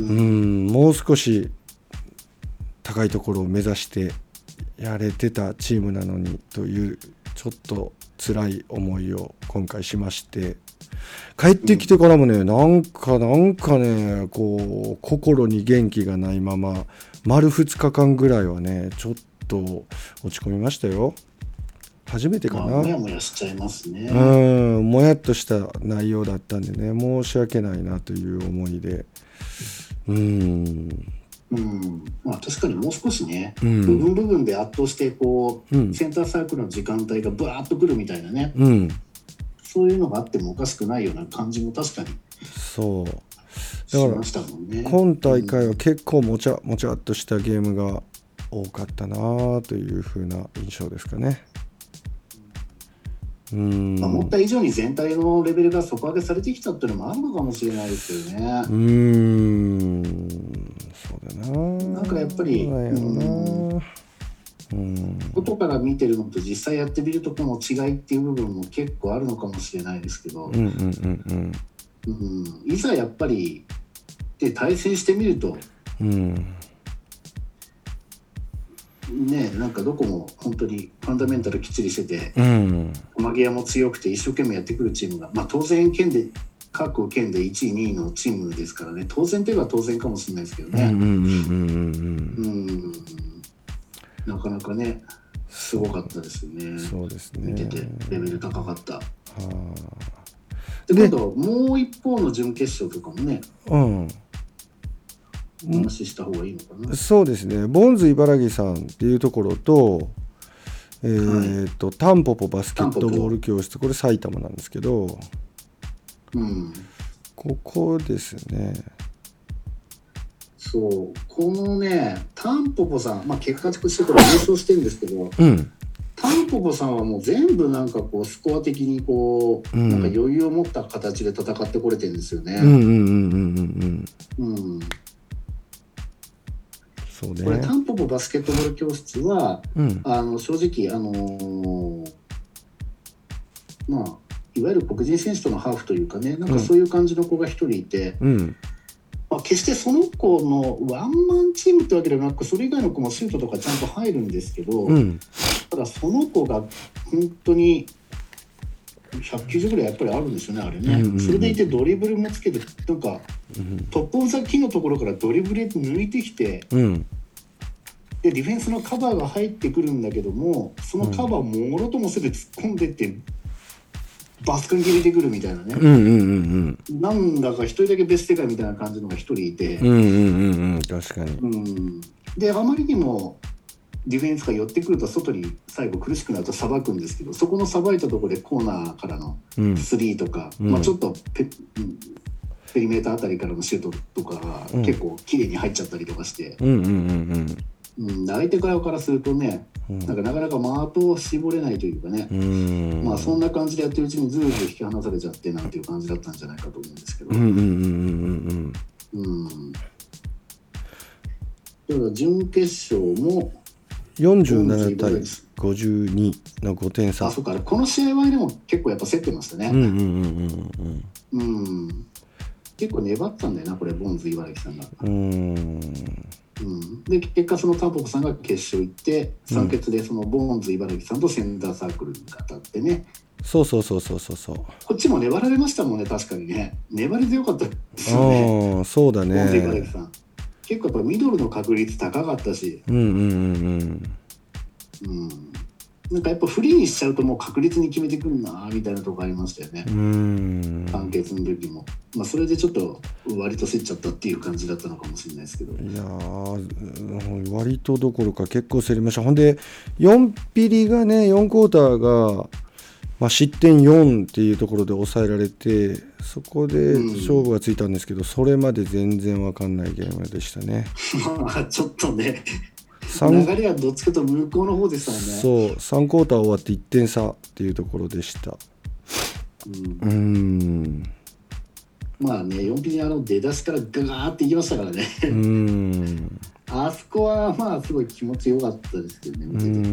Speaker 3: う
Speaker 2: うんんもう少し高いところを目指してやれてたチームなのにというちょっと辛い思いを今回しまして帰ってきてからもね、なんかなんかねこう心に元気がないまま丸2日間ぐらいはねちょっと落ち込みましたよ初めてか
Speaker 3: ま
Speaker 2: な、
Speaker 3: あ、もやもやしちゃいますね。
Speaker 2: うん、もやっとした内容だったんでね、申し訳ないなという思いで、うん、
Speaker 3: うんまあ、確かにもう少しね、
Speaker 2: うん
Speaker 3: 部分部分で圧倒してこう、
Speaker 2: うん
Speaker 3: センターサークルの時間帯がぶわーっとくるみたいなね、
Speaker 2: うん、
Speaker 3: そういうのがあってもおかしくないような感じも確かに
Speaker 2: そうだ
Speaker 3: し
Speaker 2: から
Speaker 3: ましたもんね。
Speaker 2: 今大会は結構もちゃもちゃっとしたゲームが多かったなという風な印象ですかねうーん
Speaker 3: まあ思った以上に全体のレベルが底上げされてきたっていうのもあるのかもしれないですよね。
Speaker 2: うーんそうだな
Speaker 3: なんかやっぱり
Speaker 2: そうだよなうん
Speaker 3: 外から見てるのと実際やってみるとこの違いっていう部分も結構あるのかもしれないですけど
Speaker 2: うんう、んうん
Speaker 3: うん、いざやっぱりで対戦してみると
Speaker 2: うんうん
Speaker 3: ねなんかどこも本当にファンダメンタルきっちりしてて
Speaker 2: うん
Speaker 3: 球際も強くて一生懸命やってくるチームが、まあ、当然県で各県で1位2位のチームですからね当然といえば当然かもしれないですけど
Speaker 2: うんうんう
Speaker 3: ね、
Speaker 2: んうんうん
Speaker 3: うん、なかなかねすごかったですよね
Speaker 2: そうですね
Speaker 3: 見ててレベル高かった。
Speaker 2: は
Speaker 3: で
Speaker 2: で
Speaker 3: 今度もう一方の準決勝とかもね
Speaker 2: あうん
Speaker 3: お話しした方がいいのかな。
Speaker 2: そうですね、ボンズ茨城さんっていうところと、えーとタンポポバスケットボール教室、これ埼玉なんですけど、
Speaker 3: うん
Speaker 2: ここですね、
Speaker 3: そうこのねタンポポさん、まあ、結果としてこれ優勝してるんですけど
Speaker 2: うん、
Speaker 3: タンポポさんはもう全部なんかこうスコア的にこう、
Speaker 2: うん
Speaker 3: なんか余裕を持った形で戦ってこれてるんですよ
Speaker 2: うんうんう
Speaker 3: ね。
Speaker 2: んうんうんうん、
Speaker 3: うん
Speaker 2: そう
Speaker 3: これ
Speaker 2: ね
Speaker 3: タ、ンポポバスケットボール教室は
Speaker 2: うん、
Speaker 3: あの正直あのーまあいわゆる黒人選手とのハーフというかねなんかそういう感じの子が一人いて。
Speaker 2: うん、
Speaker 3: まあ、決してその子のワンマンチームってわけではなくそれ以外の子もシュートとかちゃんと入るんですけど、
Speaker 2: うん、
Speaker 3: ただその子が本当に190ぐらいやっぱりあるんですよねあれね、
Speaker 2: うんうんうん
Speaker 3: それでいてドリブルもつけてなんか
Speaker 2: うん、
Speaker 3: トップオブザキーのところからドリブルで抜いてきて
Speaker 2: うん、
Speaker 3: でディフェンスのカバーが入ってくるんだけどもそのカバーもろともせで突っ込んでってバスクに入れてくるみたいなね、
Speaker 2: うん、うん、うん、
Speaker 3: なんだか一人だけ別世界みたいな感じのが一人いて。
Speaker 2: うん、うん、うん、うん、うん、確かに、
Speaker 3: うんであまりにもディフェンスが寄ってくると外に最後苦しくなるとさばくんですけどそこのさばいたところでコーナーからの
Speaker 2: うん、
Speaker 3: スリーとか、
Speaker 2: うん
Speaker 3: まあ、ちょっとペ,うん、ペリメーターあたりからのシュートとかが
Speaker 2: うん
Speaker 3: 結構綺麗に入っちゃったりとかして、
Speaker 2: うん、うん、うん、
Speaker 3: うん、で相手側からするとね
Speaker 2: うん、
Speaker 3: なんかなかなか的を絞れないというかね、
Speaker 2: うん、
Speaker 3: まあ、そんな感じでやってるうちにずるずる引き離されちゃってなんていう感じだったんじゃないかと思うんですけど。
Speaker 2: うん、うん、うん、うん、うん、
Speaker 3: うんただ準決勝も
Speaker 2: 47対52の5点差
Speaker 3: あ、。そうか、この試合はでも結構やっぱ競ってました
Speaker 2: うん
Speaker 3: ね。
Speaker 2: うんうんうん
Speaker 3: うん。結構粘ったんだよな、これ、ボンズ茨城さんが。
Speaker 2: うん。うーん。
Speaker 3: うん、で、結果、そのタンポポさんが決勝行って、三決でそのボンズ茨城さんとセンターサークルに当たってね、
Speaker 2: そうそうそうそうそうそう。
Speaker 3: こっちも粘られましたもんね、確かにね。粘り強かったですよね、
Speaker 2: ああ、そうだ
Speaker 3: ボンズ茨城
Speaker 2: ね。
Speaker 3: さん。結構やっぱミドルの確率高かったし、
Speaker 2: うんうんうん
Speaker 3: うん。なんかやっぱフリーにしちゃうともう確率に決めてくるなみたいなとこありましたよね。
Speaker 2: うん。うー
Speaker 3: 判
Speaker 2: ん。
Speaker 3: 決の時も、まあ、それでちょっと割と競っちゃったっていう感じだったのかもしれないですけど、
Speaker 2: いやーうん割とどころか結構競りました。ほんで、4ピリがね、4クォーターが、まあ、失点4っていうところで抑えられて、そこで
Speaker 3: うん
Speaker 2: 勝負がついたんですけど、それまで全然わかんないゲームでしたね。
Speaker 3: まあちょっとね、
Speaker 2: 三
Speaker 3: 流れはどっちかというと向こうの方でしたもんね。
Speaker 2: そう3クォーター終わって1点差っていうところでした
Speaker 3: うん
Speaker 2: うーん
Speaker 3: まあね、4ピリあの出だしからガガーっていきましたからね、
Speaker 2: うーん
Speaker 3: あそこはまあすごい気持ちよかったですけどね、
Speaker 2: うー
Speaker 3: 見てて
Speaker 2: ん
Speaker 3: う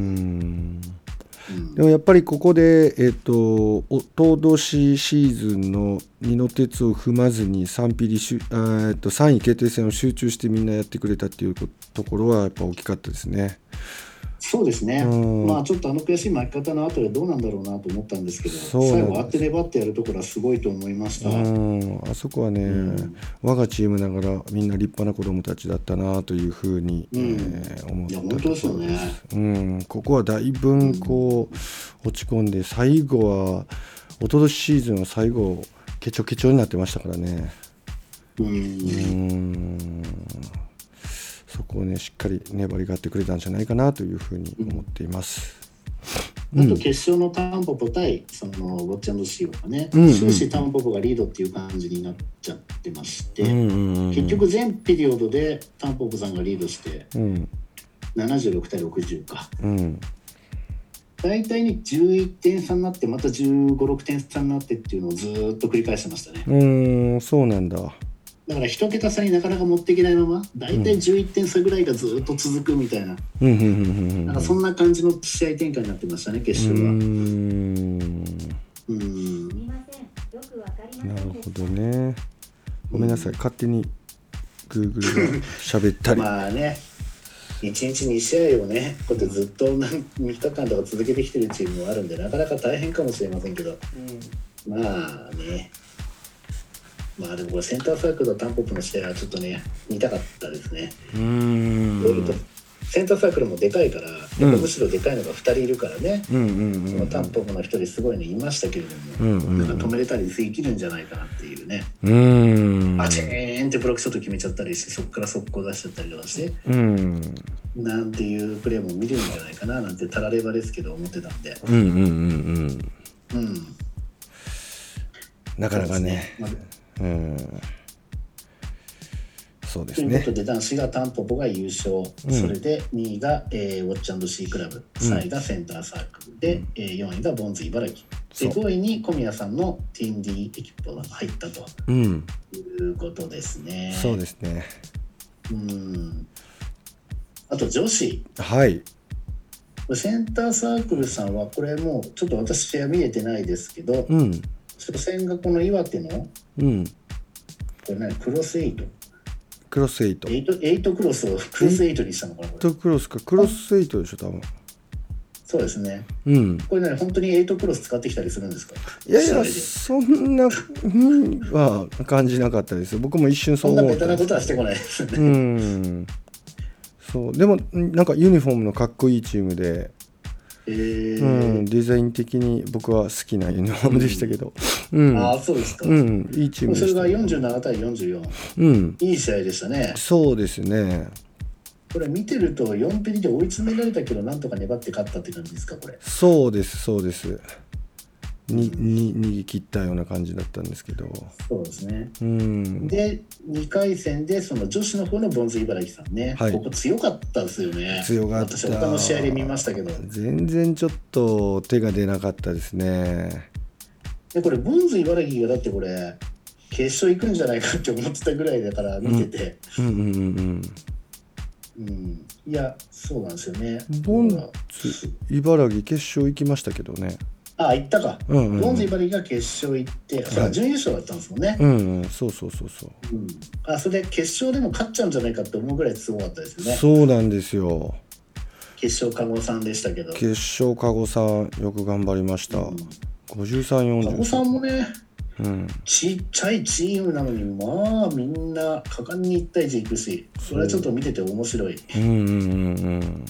Speaker 3: ん
Speaker 2: でもやっぱりここでえっ、とおととしシーズンの二の鉄を踏まずに3ピリしゅ、あーえっと3位決定戦を集中してみんなやってくれたっていうこところはやっぱ大きかったですね
Speaker 3: そうですね、
Speaker 2: うん
Speaker 3: まあちょっとあの悔しい巻き方の後でどうなんだろうなと思ったんですけど、
Speaker 2: そうなんで
Speaker 3: 最
Speaker 2: す
Speaker 3: 後、あって粘ってやるところはすごいと思いまし
Speaker 2: う
Speaker 3: た。
Speaker 2: んあそこはね、
Speaker 3: うん
Speaker 2: 我がチームながらみんな立派な子供たちだったなというふうに、
Speaker 3: うん
Speaker 2: えー思っ
Speaker 3: い
Speaker 2: た
Speaker 3: や、
Speaker 2: とこ
Speaker 3: 本
Speaker 2: ろ
Speaker 3: 当ですよね。
Speaker 2: うん、ここはだいぶこう落ち込んで最後は一昨年シーズンは最後ケチョケチョになってましたからね
Speaker 3: うん
Speaker 2: うんそこをねしっかり粘りがあってくれたんじゃないかなというふうに思っています、うん
Speaker 3: あと決勝のタンポポ対そのゴッチャンドシーはね、
Speaker 2: うんうん
Speaker 3: 終始タンポポがリードっていう感じになっちゃってまして、
Speaker 2: うんうんうんうん
Speaker 3: 結局全ピリオドでタンポポさんがリードして
Speaker 2: うん
Speaker 3: 76対60か
Speaker 2: うん
Speaker 3: 大体に11点差になってまた1 5 6点差になってっていうのをずーっと繰り返してましたね
Speaker 2: うーんそうなんだ
Speaker 3: だから一桁差になかなか持っていけないまま大体11点差ぐらいがずーっと続くみたいな,、
Speaker 2: うんうんうんうんうん
Speaker 3: なんかそんな感じの試合展開になってましたね決
Speaker 2: うー
Speaker 3: 勝は。
Speaker 2: ん
Speaker 3: うん
Speaker 2: なるほどねごめんなさい勝手に Google が喋ったり、
Speaker 3: まあね、1日2試合をね、こうやってずっと何3日間とか続けてきてるチームもあるんで、なかなか大変かもしれませんけど、まあね、まあでもこれ、センターサークルとタンポポの試合はちょっとね、見たかったですね。
Speaker 2: うーん
Speaker 3: どういうとセンターサークルもでかいから、
Speaker 2: うん
Speaker 3: むしろでかいのが2人いるからね、
Speaker 2: うんうん
Speaker 3: そ
Speaker 2: うん
Speaker 3: のタンポポの1人、すごいのいましたけれど
Speaker 2: う
Speaker 3: も、
Speaker 2: んうんうん
Speaker 3: なんか止めれたりできるんじゃないかなっていうね、
Speaker 2: うーん
Speaker 3: あちーンってブロックショット決めちゃったりして、そこから速攻出しちゃったりとかして。
Speaker 2: うん
Speaker 3: なんていうプレーも見れるんじゃないかななんてたらればですけど思ってたんで、
Speaker 2: うんうんうんうん
Speaker 3: うん、
Speaker 2: なかなかね
Speaker 3: そうですね
Speaker 2: うんそうで
Speaker 3: と
Speaker 2: す
Speaker 3: いうこ
Speaker 2: ね
Speaker 3: とで男子がタンポポが優勝、
Speaker 2: ん
Speaker 3: それで2位が、えーウォッチャンドシークラブ3位がセンターサークルで、えー4位がボンズ茨城で
Speaker 2: そう
Speaker 3: 5位に小宮さんのティンディエキップが入ったと
Speaker 2: うん
Speaker 3: いうことですね。
Speaker 2: そうですね
Speaker 3: うんあと女子
Speaker 2: はい
Speaker 3: センターサークルさんはこれもうちょっと私は見えてないですけど
Speaker 2: うん
Speaker 3: 初戦がこの岩手のこ
Speaker 2: うん
Speaker 3: れ何クロスエイト
Speaker 2: クロスエイト
Speaker 3: エイトエイトクロスをクロスエイトにしたのかなこれ
Speaker 2: とクロスかクロスエイトでしょ多分
Speaker 3: そうですね
Speaker 2: うん
Speaker 3: これね本当にエイトクロス使ってきたりするんですか
Speaker 2: いやいや
Speaker 3: 試合で
Speaker 2: そんなうんは感じなかったですよ僕も一瞬そ
Speaker 3: そ
Speaker 2: うん
Speaker 3: な
Speaker 2: 思っ
Speaker 3: ベタ
Speaker 2: た
Speaker 3: な
Speaker 2: です
Speaker 3: んことはしてこないですね、
Speaker 2: うんそうでもんなんかユニフォームのかっこいいチームで、
Speaker 3: えー
Speaker 2: うん、デザイン的に僕は好きなユニフォームでしたけどうん、
Speaker 3: ああそうですか、
Speaker 2: うん、いいチームで
Speaker 3: それ
Speaker 2: し
Speaker 3: が
Speaker 2: た
Speaker 3: 47対44
Speaker 2: うん
Speaker 3: いい試合でしたね
Speaker 2: そうですね
Speaker 3: これ見てると4ピリで追い詰められたけどなんとか粘って勝ったって感じですかこれ
Speaker 2: そうですそうですにに逃げ切ったような感じだったんですけど
Speaker 3: そうですね
Speaker 2: うん
Speaker 3: で2回戦でその女子の方のボンズ茨城さんね、
Speaker 2: はい
Speaker 3: ここ強かったですよね
Speaker 2: 強かった
Speaker 3: 私他の試合で見ましたけど
Speaker 2: 全然ちょっと手が出なかったですね
Speaker 3: でこれボンズ茨城がだってこれ決勝行くんじゃないかって思ってたぐらいだから見てて、
Speaker 2: うんうんうんうん
Speaker 3: うんいやそうなんですよね
Speaker 2: ボン
Speaker 3: ズ
Speaker 2: ズ茨城決勝行きましたけどね
Speaker 3: あ行ったか、
Speaker 2: うんうん
Speaker 3: ボンズ茨城が決勝行って、そ
Speaker 2: は
Speaker 3: うだ
Speaker 2: い
Speaker 3: 準優勝だったんですもんね、
Speaker 2: うん、うん、そうそうそうそう、
Speaker 3: うんあそれで決勝でも勝っちゃうんじゃないかって思うぐらいすごかったですよね
Speaker 2: そうなんですよ
Speaker 3: 決勝加護さんでしたけど
Speaker 2: 決勝加護さんよく頑張りました、
Speaker 3: 加護さ
Speaker 2: 5340
Speaker 3: んもね
Speaker 2: うん
Speaker 3: ちっちゃいチームなのにまあみんな果敢に1対1行くしそれはちょっと見てて面白い
Speaker 2: うんうんうん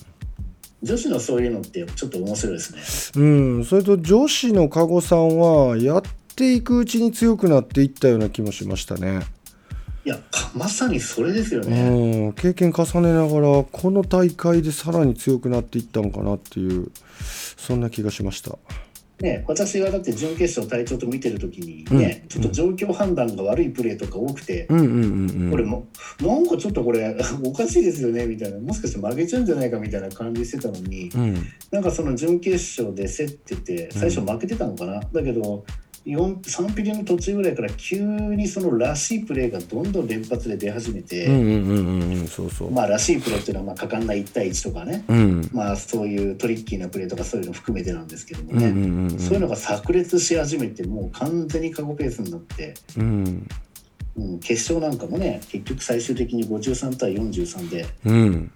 Speaker 3: 女子のそういうのってちょっと面白いですね
Speaker 2: うんうんそれと女子の加護さんはやっていくうちに強くなっていったような気もしましたね
Speaker 3: いやかまさにそれですよね、
Speaker 2: うん、経験重ねながらこの大会でさらに強くなっていったのかなっていうそんな気がしました
Speaker 3: ね、私はだって準決勝、隊長と見てるときに、ね
Speaker 2: うん
Speaker 3: ちょっと状況判断が悪いプレーとか多くて、
Speaker 2: うんうんうんうん
Speaker 3: これも、なんかちょっとこれ、 おかしいですよねみたいな、もしかして負けちゃうんじゃないかみたいな感じしてたのに、
Speaker 2: うん
Speaker 3: なんかその準決勝で競ってて、最初負けてたのかな、だけど、4 3ピリオドの途中ぐらいから、急にそのらしいプレーがどんどん連発で出始めて、
Speaker 2: うんうんうんうんうんそうそう、
Speaker 3: まあ、らしいプレーっていうのは、まあ、果敢な1対1とかね、
Speaker 2: うん
Speaker 3: まあ、そういうトリッキーなプレーとか、そういうの含めてなんですけども
Speaker 2: うん
Speaker 3: ね。
Speaker 2: うんうんうん
Speaker 3: そういうのが炸裂し始めてもう完全に過去ペースになって、
Speaker 2: うん
Speaker 3: うん、決勝なんかもね結局最終的に53対43で、
Speaker 2: うん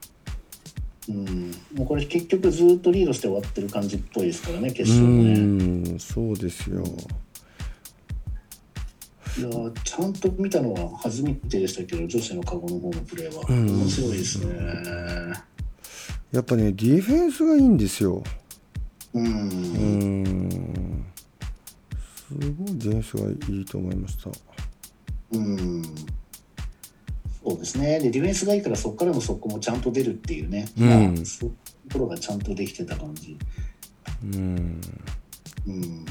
Speaker 3: うん、もうこれ結局ずっとリードして終わってる感じっぽいですからね決
Speaker 2: う
Speaker 3: 勝もね
Speaker 2: んそうですよ
Speaker 3: いやーちゃんと見たのは初めてでしたけど女子のカゴの方のプレーは
Speaker 2: うん
Speaker 3: 面白いですね
Speaker 2: やっぱねディフェンスがいいんですよ
Speaker 3: うん、
Speaker 2: うーんすごいディフェンスがいいと思いました
Speaker 3: うんそうですねでディフェンスがいいからそこからの速攻もちゃんと出るっていうね、
Speaker 2: うん
Speaker 3: まあ、そういうところがちゃんとできてた感じ
Speaker 2: うん
Speaker 3: うん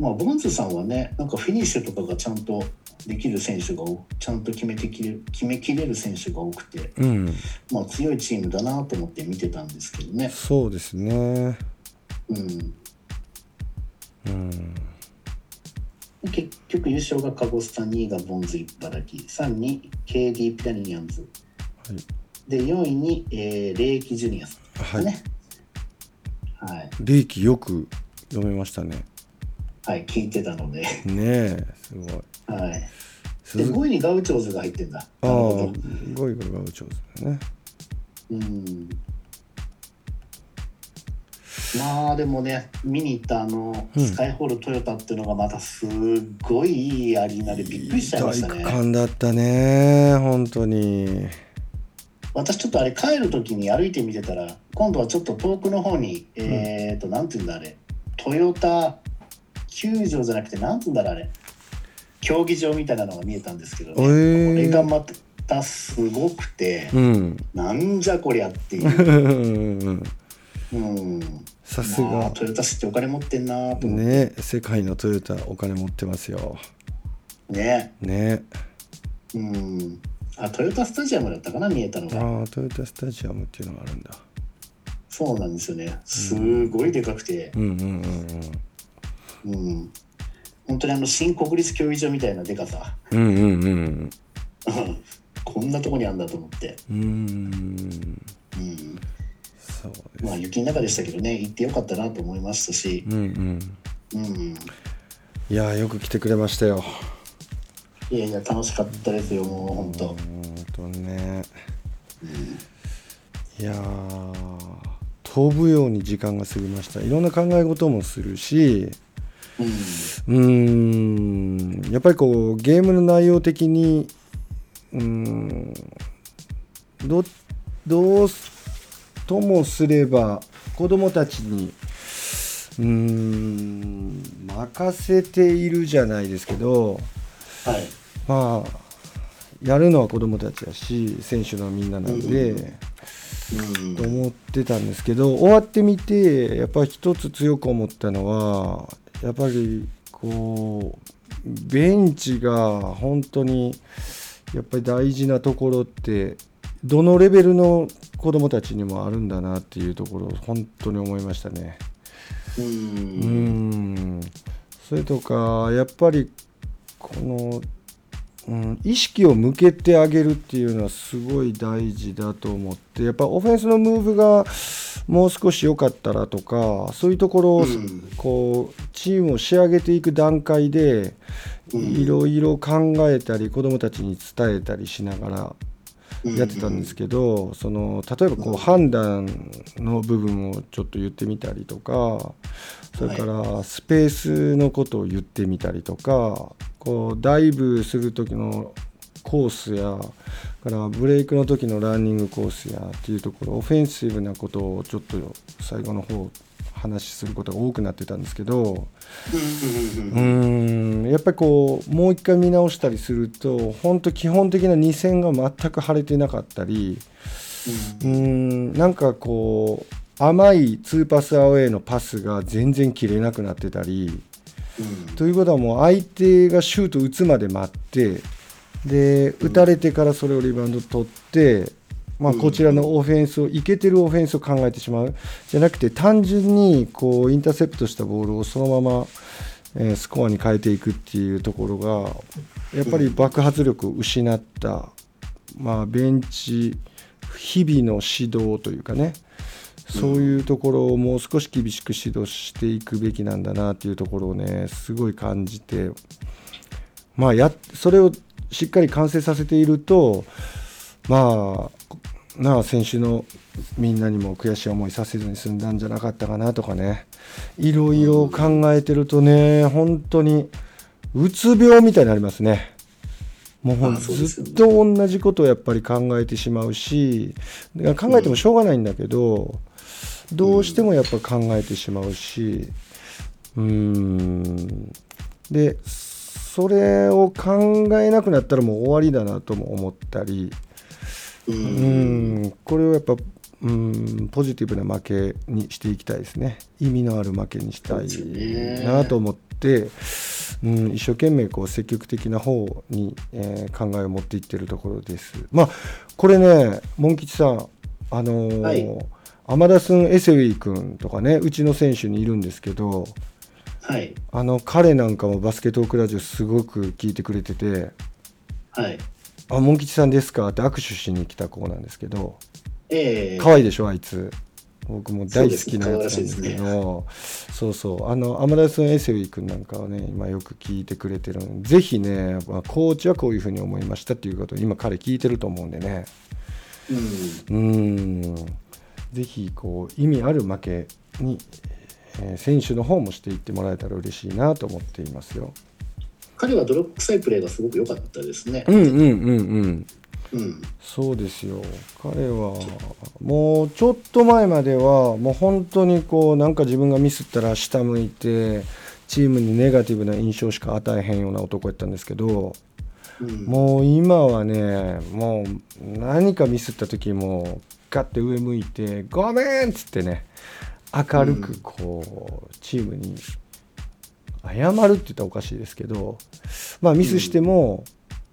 Speaker 3: まあ、ボンズさんはね、なんかフィニッシュとかがちゃんとできる選手が多ちゃんと決めてきれ決めきれる選手が多くて、
Speaker 2: うん
Speaker 3: まあ、強いチームだなと思って見てたんですけどね。
Speaker 2: そうですね
Speaker 3: うん、
Speaker 2: うん
Speaker 3: 結局優勝がカゴスタ2位がボンズ茨城3位に KD ピタリアンズ
Speaker 2: はい
Speaker 3: で4位に、えー、レイキジュニアさんですかね。はい、
Speaker 2: 霊気よく読めましたね
Speaker 3: はい、聞いてたので、
Speaker 2: ねえすごい
Speaker 3: はい、で
Speaker 2: 鈴木
Speaker 3: 5位にガウチョーズが入ってんだ。
Speaker 2: ああ
Speaker 3: なるほど
Speaker 2: ゴイゴイが上手だね
Speaker 3: うんまあでもね見に行ったあの、
Speaker 2: うん
Speaker 3: スカイホールトヨタっていうのがまたすっごいいいアリーナでびっくりしちゃいました
Speaker 2: いい
Speaker 3: ね
Speaker 2: 体育館だったね本当に
Speaker 3: 私ちょっとあれ帰る時に歩いてみてたら今度はちょっと遠くの方に、えっ、となんて言うんだあれトヨタ球場じゃなくてなんて言うんだろうあれ競技場みたいなのが見えたんですけど、ね
Speaker 2: えー
Speaker 3: これがまたすごくて、
Speaker 2: うん
Speaker 3: なんじゃこりゃってい
Speaker 2: う。
Speaker 3: う
Speaker 2: んうんうん
Speaker 3: うん
Speaker 2: さす
Speaker 3: まあ
Speaker 2: が
Speaker 3: トヨタ市ってお金持ってんなと思って
Speaker 2: ね世界のトヨタお金持ってますよ
Speaker 3: ね
Speaker 2: ね
Speaker 3: うんあトヨタスタジアムだったかな見えたのが
Speaker 2: ああトヨタスタジアムっていうのがあるんだ
Speaker 3: そうなんですよねすごいでかくて
Speaker 2: うんうんうん
Speaker 3: うん本当にあの新国立競技場みたいなでかさ
Speaker 2: うんうんうん
Speaker 3: こんなとこにあんだと思って、
Speaker 2: うんうん
Speaker 3: うん、
Speaker 2: そうで
Speaker 3: ますあ雪の中でしたけどね行ってよかったなと思いましたし
Speaker 2: うんうん
Speaker 3: うん
Speaker 2: いやーよく来てくれましたよ
Speaker 3: いやいや楽しかったですよもう本当
Speaker 2: 本当ねいやー飛ぶように時間が過ぎましたいろんな考え事もするし
Speaker 3: うん
Speaker 2: うーんやっぱりこうゲームの内容的にうーんどどうともすれば子供たちにうーん任せているじゃないですけど
Speaker 3: はい
Speaker 2: まあやるのは子供たちやし選手のみんななんで。
Speaker 3: うん
Speaker 2: と思ってたんですけど終わってみてやっぱり一つ強く思ったのはやっぱりこうベンチが本当にやっぱり大事なところってどのレベルの子供たちにもあるんだなっていうところを本当に思いましたね。
Speaker 3: う
Speaker 2: うんんそれとかやっぱりこの、うん、意識を向けてあげるっていうのはすごい大事だと思ってやっぱオフェンスのムーブがもう少し良かったらとかそういうところを、
Speaker 3: うん
Speaker 2: こうチームを仕上げていく段階で
Speaker 3: うん
Speaker 2: いろいろ考えたり子どもたちに伝えたりしながらやってたんですけど、その例えばこう判断の部分をちょっと言ってみたりとかそれからスペースのことを言ってみたりとかこうダイブする時のコースやからブレイクの時のランニングコースやっていうところオフェンシブなことをちょっと最後の方話しすることが多くなってたんですけど、
Speaker 3: うんうん
Speaker 2: うーんやっぱりこうもう一回見直したりすると本当基本的な2戦が全く腫れてなかったりうーんなんかこう甘い2パスアウェイのパスが全然切れなくなってたり
Speaker 3: うん
Speaker 2: ということはもう相手がシュート打つまで待ってで打たれてからそれをリバウンド取って、まあ、
Speaker 3: うん
Speaker 2: こちらのオフェンスをいけてるオフェンスを考えてしまうじゃなくて単純にこうインターセプトしたボールをそのまま、えースコアに変えていくっていうところがやっぱり爆発力を失った、まあ、ベンチ日々の指導というかねそういうところをもう少し厳しく指導していくべきなんだなっていうところをねすごい感じてまあやそれをしっかり完成させているとまあなあ選手のみんなにも悔しい思いさせずに済んだんじゃなかったかなとかねいろいろ考えてるとね本当にうつ病みたいになりますね。もう
Speaker 3: あそうで
Speaker 2: ず
Speaker 3: すよ
Speaker 2: っ
Speaker 3: ね
Speaker 2: とと同じことをやっぱり考えてしまうしだから考えてもしょうがないんだけど、どうしてもやっぱ考えてしまうしうーんでそれを考えなくなったらもう終わりだなとも思ったり
Speaker 3: うん
Speaker 2: うんこれをやっぱうんポジティブな負けにしていきたいですね意味のある負けにした
Speaker 3: そうですよ
Speaker 2: い
Speaker 3: ね
Speaker 2: なと思って、うん、一生懸命こう積極的な方に、えー考えを持っていってるところですまあこれねモン吉さんあのー
Speaker 3: はい
Speaker 2: アマダスン・エセウィ君とかねうちの選手にいるんですけど
Speaker 3: はい
Speaker 2: あの彼なんかもバスケトークラジオすごく聞いてくれてて
Speaker 3: はい
Speaker 2: 「あモン吉さんですか?」って握手しに来た子なんですけど
Speaker 3: ええ
Speaker 2: 可愛いでしょあいつ僕も大好きなやつなん
Speaker 3: そう
Speaker 2: で
Speaker 3: です
Speaker 2: す
Speaker 3: ね
Speaker 2: けどそうそうあのアマダスン・エセウィ君なんかはね今よく聞いてくれてるんでぜひね、まあコーチはこういうふうに思いましたっていうことを今彼聞いてると思うんでね
Speaker 3: うん
Speaker 2: うーんぜひこう意味ある負けに、えー選手の方もしていってもらえたら嬉しいなと思っていますよ。
Speaker 3: 彼は泥臭いプレーがすごく良かったですね
Speaker 2: うんうんうんうん
Speaker 3: うん
Speaker 2: そうですよ彼はもうちょっと前まではもう本当にこうなんか自分がミスったら下向いてチームにネガティブな印象しか与えへんような男やったんですけど
Speaker 3: うん
Speaker 2: もう今はねもう何かミスった時もガッて上向いて「ごめん!」っつってね明るくこうチームに謝るって言ったらおかしいですけど、まあ、ミスしても、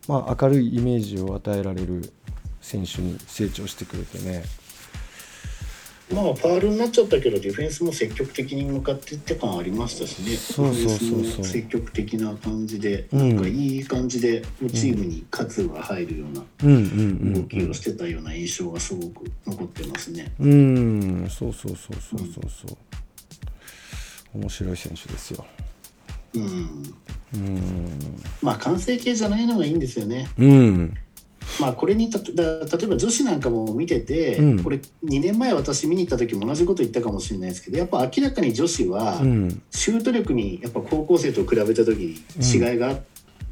Speaker 2: まあ、明るいイメージを与えられる選手に成長してくれてね。
Speaker 3: まあファールになっちゃったけどディフェンスも積極的に向かっていって感ありましたしね
Speaker 2: そうそうそうそう
Speaker 3: ディフェンスも積極的な感じで、
Speaker 2: うん
Speaker 3: なんかいい感じでチームに活が入るような
Speaker 2: うんうんう
Speaker 3: 動
Speaker 2: ん
Speaker 3: きをしてたような印象がすごく残ってますね。
Speaker 2: うんそうそうそうそうそうそう面白い選手ですよ。
Speaker 3: うん、
Speaker 2: うん、
Speaker 3: まあ完成形じゃないのがいいんですよね。
Speaker 2: うん、
Speaker 3: まあこれにたとだ例えば女子なんかも見てて、
Speaker 2: うん
Speaker 3: これ2年前私見に行った時も同じこと言ったかもしれないですけどやっぱ明らかに女子は
Speaker 2: うん
Speaker 3: シュート力にやっぱ高校生と比べた時に違いが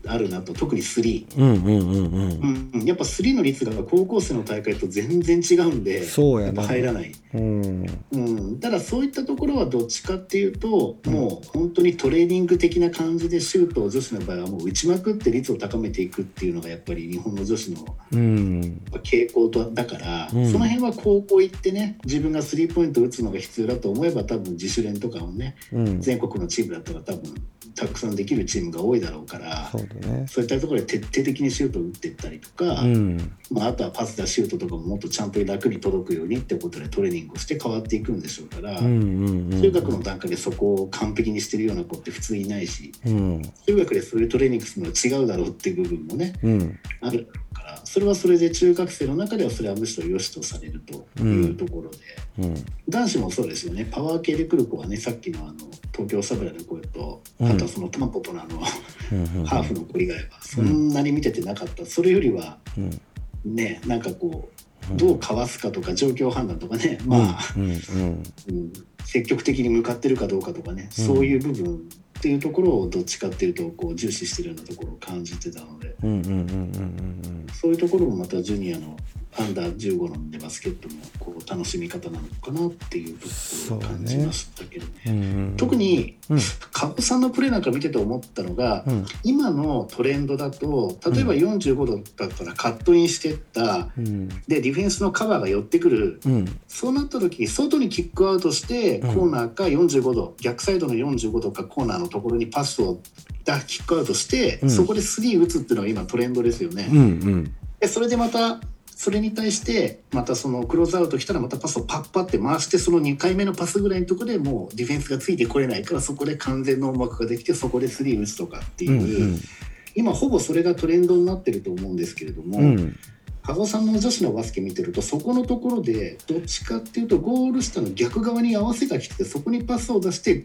Speaker 3: あるなと、特に3。
Speaker 2: うんうんうんうん
Speaker 3: うんうん、やっぱスリーの率が高校生の大会と全然違うんで
Speaker 2: そうや
Speaker 3: っ
Speaker 2: な
Speaker 3: ぱ入らない、
Speaker 2: うん、
Speaker 3: うん、ただそういったところはどっちかっていうと、もう本当にトレーニング的な感じでシュートを女子の場合はもう打ちまくって率を高めていくっていうのがやっぱり日本の女子のや
Speaker 2: うん、
Speaker 3: っぱ傾向とだから、
Speaker 2: うん
Speaker 3: その辺は高校行ってね自分がスリーポイント打つのが必要だと思えば多分自主練とかをね
Speaker 2: うん、
Speaker 3: 全国のチームだったら多分たくさんできるチームが多いだろうから。
Speaker 2: そうだね。
Speaker 3: そういったところで徹底的にシュートを打っていったりとか、
Speaker 2: うん、
Speaker 3: まあ、あとはパスだシュートとかももっとちゃんと楽に届くようにってことでトレーニングをして変わっていくんでしょうから、
Speaker 2: うん、うん、うん、
Speaker 3: 中学の段階でそこを完璧にしてるような子って普通いないし
Speaker 2: うん、
Speaker 3: 中学でそういうトレーニングするのは違うだろうっていう部分もね
Speaker 2: うん、
Speaker 3: あるからそれはそれで中学生の中ではそれはむしろ良しとされるというところで、
Speaker 2: うん、
Speaker 3: 男子もそうですよねパワー系で来る子はねさっきのあの東京サブラの子と、
Speaker 2: うん
Speaker 3: あとはそのタンポポのあの、
Speaker 2: うん、
Speaker 3: ハーフの子以外はそんなに見ててなかった、それよりは
Speaker 2: うん、
Speaker 3: ねなんかこうどうかわすかとか状況判断とかね、まあ、
Speaker 2: うん、うん、
Speaker 3: うん積極的に向かってるかどうかとかね、そういう部分っていうところをどっちかっていうとこう重視してるようなところを感じてたので
Speaker 2: うん、うん、うん、うん、
Speaker 3: そういうところもまたジュニアのアンダー15のでバスケットのこう楽しみ方なのかなっていうところを感じましたけどね。
Speaker 2: うん、
Speaker 3: 特、に
Speaker 2: うん、
Speaker 3: 加古さんのプレーなんか見てて思ったのが、
Speaker 2: うん、
Speaker 3: 今のトレンドだと例えば45度だったらカットインしてった
Speaker 2: うん、
Speaker 3: でディフェンスのカバーが寄ってくる
Speaker 2: うん、
Speaker 3: そうなった時に外にキックアウトしてコ
Speaker 2: うん
Speaker 3: ーナーか45度、逆サイドの45度かコーナーのところにパスをだキックアウトして、
Speaker 2: うん
Speaker 3: そこでスリー打つっていうのが今トレンドですよね。
Speaker 2: うん、うん、
Speaker 3: でそれでまたそれに対してまたそのクローズアウト来たらまたパスをパッパって回してその2回目のパスぐらいのところでもうディフェンスがついてこれないからそこで完全の音幕ができてそこでスリー打つとかっていうう、
Speaker 2: ん、
Speaker 3: 今ほぼそれがトレンドになってると思うんですけれども。
Speaker 2: うん、
Speaker 3: 加護さんの女子のバスケ見てるとそこのところでどっちかっていうとゴール下の逆側に合わせが来ててそこにパスを出して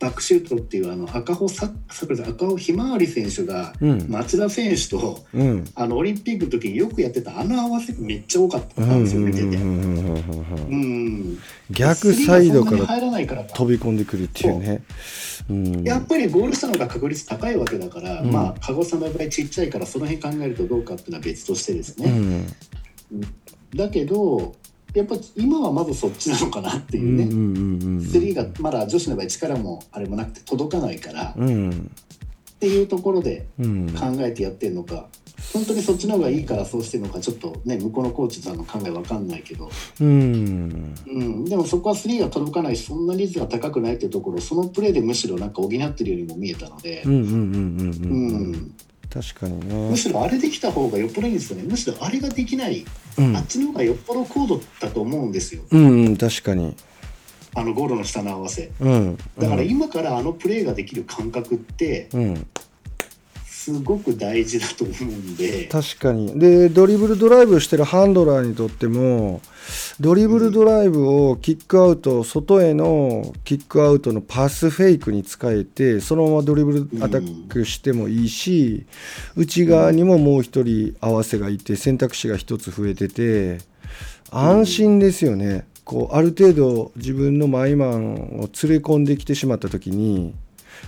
Speaker 3: バックシュートっていうあの赤穂ささくらさん赤穂ひまわり選手が
Speaker 2: うん、
Speaker 3: 町田選手と
Speaker 2: うん、
Speaker 3: あのオリンピックの時によくやってたあの合わせがめっちゃ多かったんですよ見てて。うん、
Speaker 2: 逆サイドか
Speaker 3: スリーがそんな
Speaker 2: ら
Speaker 3: に入らないからか
Speaker 2: 飛び込んでくるっていうね。うん、
Speaker 3: やっぱりゴール下の方が確率高いわけだから、
Speaker 2: うん
Speaker 3: まあ加護さんの場合ちっちゃいからその辺考えるとどうかっていうのは別としてですね。
Speaker 2: うん、
Speaker 3: だけどやっぱ今はまずそっちなのかなって
Speaker 2: う
Speaker 3: い
Speaker 2: ん、
Speaker 3: う
Speaker 2: う
Speaker 3: ね、
Speaker 2: ん、うん、
Speaker 3: スリーがまだ女子の場合力もあれもなくて届かないから、
Speaker 2: うん、
Speaker 3: っていうところで
Speaker 2: うん
Speaker 3: 考えてやってるのか、本当にそっちの方がいいからそうしてるのかちょっとね向こうのコーチさんの考えわかんないけど、
Speaker 2: うん
Speaker 3: うん、でもそこはスリーが届かないしそんな率が高くないっていうところそのプレーでむしろなんか補ってるようにも見えたので
Speaker 2: うんう、んうんうんう
Speaker 3: うん
Speaker 2: うん
Speaker 3: ん
Speaker 2: 確かにね
Speaker 3: むしろあれできた方がよっぽどいいんですよねむしろあれができない、
Speaker 2: うん
Speaker 3: あっちの方がよっぽど高度だと思うんですよ
Speaker 2: うんうん確かに
Speaker 3: あのゴールの下の合わせ
Speaker 2: うん
Speaker 3: だから今からあのプレーができる感覚って
Speaker 2: うん
Speaker 3: すごく大事だと思うんで、
Speaker 2: 確かにでドリブルドライブしてるハンドラーにとってもドリブルドライブをキックアウト外へのキックアウトのパスフェイクに使えてそのままドリブルアタックしてもいいし、内側にももう一人合わせがいて選択肢が一つ増えてて安心ですよね、こうある程度自分のマイマンを連れ込んできてしまった時に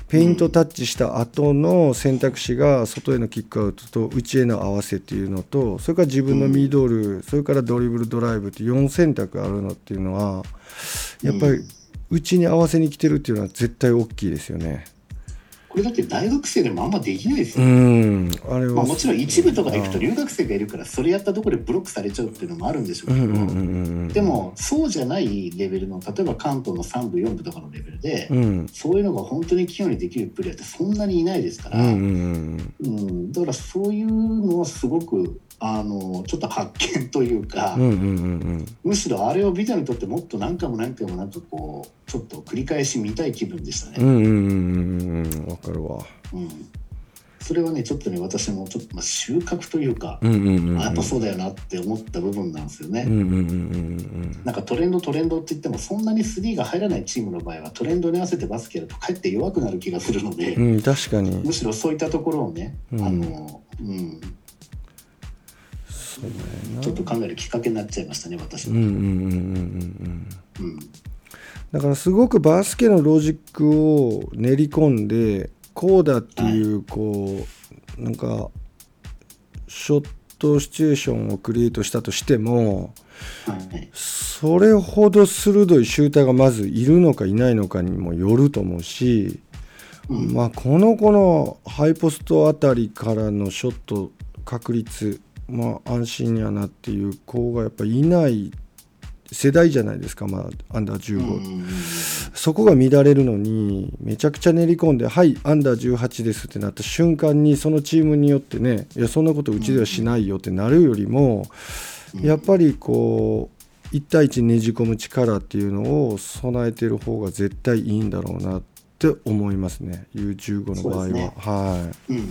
Speaker 2: ペイントタッチした後の選択肢が外へのキックアウトと内への合わせっていうのとそれから自分のミドル、それからドリブルドライブって4選択あるのっていうのはやっぱり内に合わせに来てるっていうのは絶対大きいですよね。
Speaker 3: これだって大学生でもあんまできないです
Speaker 2: う
Speaker 3: よ、
Speaker 2: んあれは、
Speaker 3: まあ、もちろん一部とか行くと留学生がいるからそれやったところでブロックされちゃうっていうのもあるんでしょう
Speaker 2: う
Speaker 3: け
Speaker 2: ん
Speaker 3: ど、
Speaker 2: うんうんうん
Speaker 3: でもそうじゃないレベルの例えば関東の3部4部とかのレベルで、
Speaker 2: うん
Speaker 3: そういうのが本当に器用にできるプレーヤーってそんなにいないですか
Speaker 2: う
Speaker 3: ら、
Speaker 2: んうん
Speaker 3: うんだからそういうのはすごくあのちょっと発見というか、
Speaker 2: うんうんうんうん
Speaker 3: むしろあれをビタにとってもっと何回も何回もなんかこうちょっと繰り返し見たい気分でした
Speaker 2: う
Speaker 3: ね。
Speaker 2: んうんうんうんうんわかるわ。
Speaker 3: うんそれはねちょっとね私もちょっと、まあ、収穫というか、
Speaker 2: うんうんうんうん
Speaker 3: あやっぱそうだよなって思った部分なんですよね。
Speaker 2: うんうんうんうん
Speaker 3: なんかトレンドトレンドって言ってもそんなに3が入らないチームの場合はトレンドに合わせてバスケやるとかえって弱くなる気がするので、
Speaker 2: うんうん確かに
Speaker 3: むしろそういったところをね、あのうん、
Speaker 2: そうだよな
Speaker 3: ちょっと考えるきっかけになっちゃいましたね私
Speaker 2: う
Speaker 3: は。
Speaker 2: んうんうんうんうん
Speaker 3: うん
Speaker 2: だからすごくバスケのロジックを練り込んでこうだっていうこうなんかショットシチュエーションをクリエイトしたとしても
Speaker 3: はい
Speaker 2: それほど鋭いシューターがまずいるのかいないのかにもよると思うし、
Speaker 3: うん
Speaker 2: まあ、この子のハイポストあたりからのショット確率、まあ、安心やなっていう子がやっぱいない世代じゃないですか、まあ、アンダー
Speaker 3: うん
Speaker 2: 15、そこが乱れるのにめちゃくちゃ練り込んで「はいアンダー18です」ってなった瞬間にそのチームによってねいやそんなことうちではしないよってなるよりも、
Speaker 3: うん
Speaker 2: やっぱりこう1対1ねじ込む力っていうのを備えてる方が絶対いいんだろうなって思いますね U15 の場合は。
Speaker 3: そうですね
Speaker 2: は
Speaker 3: うん
Speaker 2: い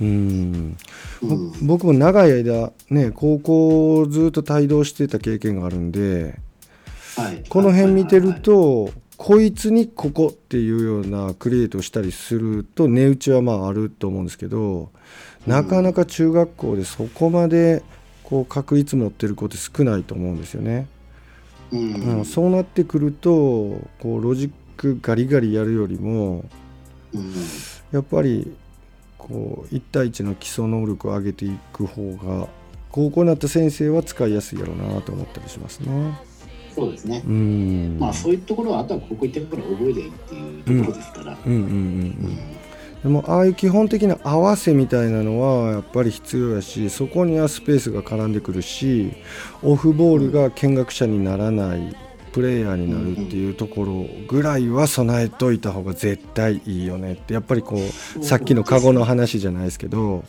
Speaker 2: うん
Speaker 3: うん
Speaker 2: ぼ僕も長い間、ね、高校をずっと帯同してた経験があるんで。
Speaker 3: はい
Speaker 2: この辺見てるとこいつにここっていうようなクリエイトをしたりすると値打ちはまああると思うんですけどなかなか中学校でそこまでこう確率持ってる子って少ないと思うんですよね。
Speaker 3: うん
Speaker 2: うんそうなってくるとこうロジックガリガリやるよりも
Speaker 3: うん
Speaker 2: やっぱりこう1対1の基礎能力を上げていく方が高校になった先生は使いやすいやろうなと思ったりしますね。
Speaker 3: そうですね
Speaker 2: う、ん
Speaker 3: まあそういうところはあとはここ行ってから覚えりゃいいっていうところですから、
Speaker 2: うんうんうん
Speaker 3: う
Speaker 2: うん
Speaker 3: ん
Speaker 2: でもああいう基本的な合わせみたいなのはやっぱり必要やしそこにはスペースが絡んでくるしオフボールが見学者にならないプレイヤーになるっていうところぐらいは備えといた方が絶対いいよねってやっぱりこうさっきのカゴの話じゃないですけど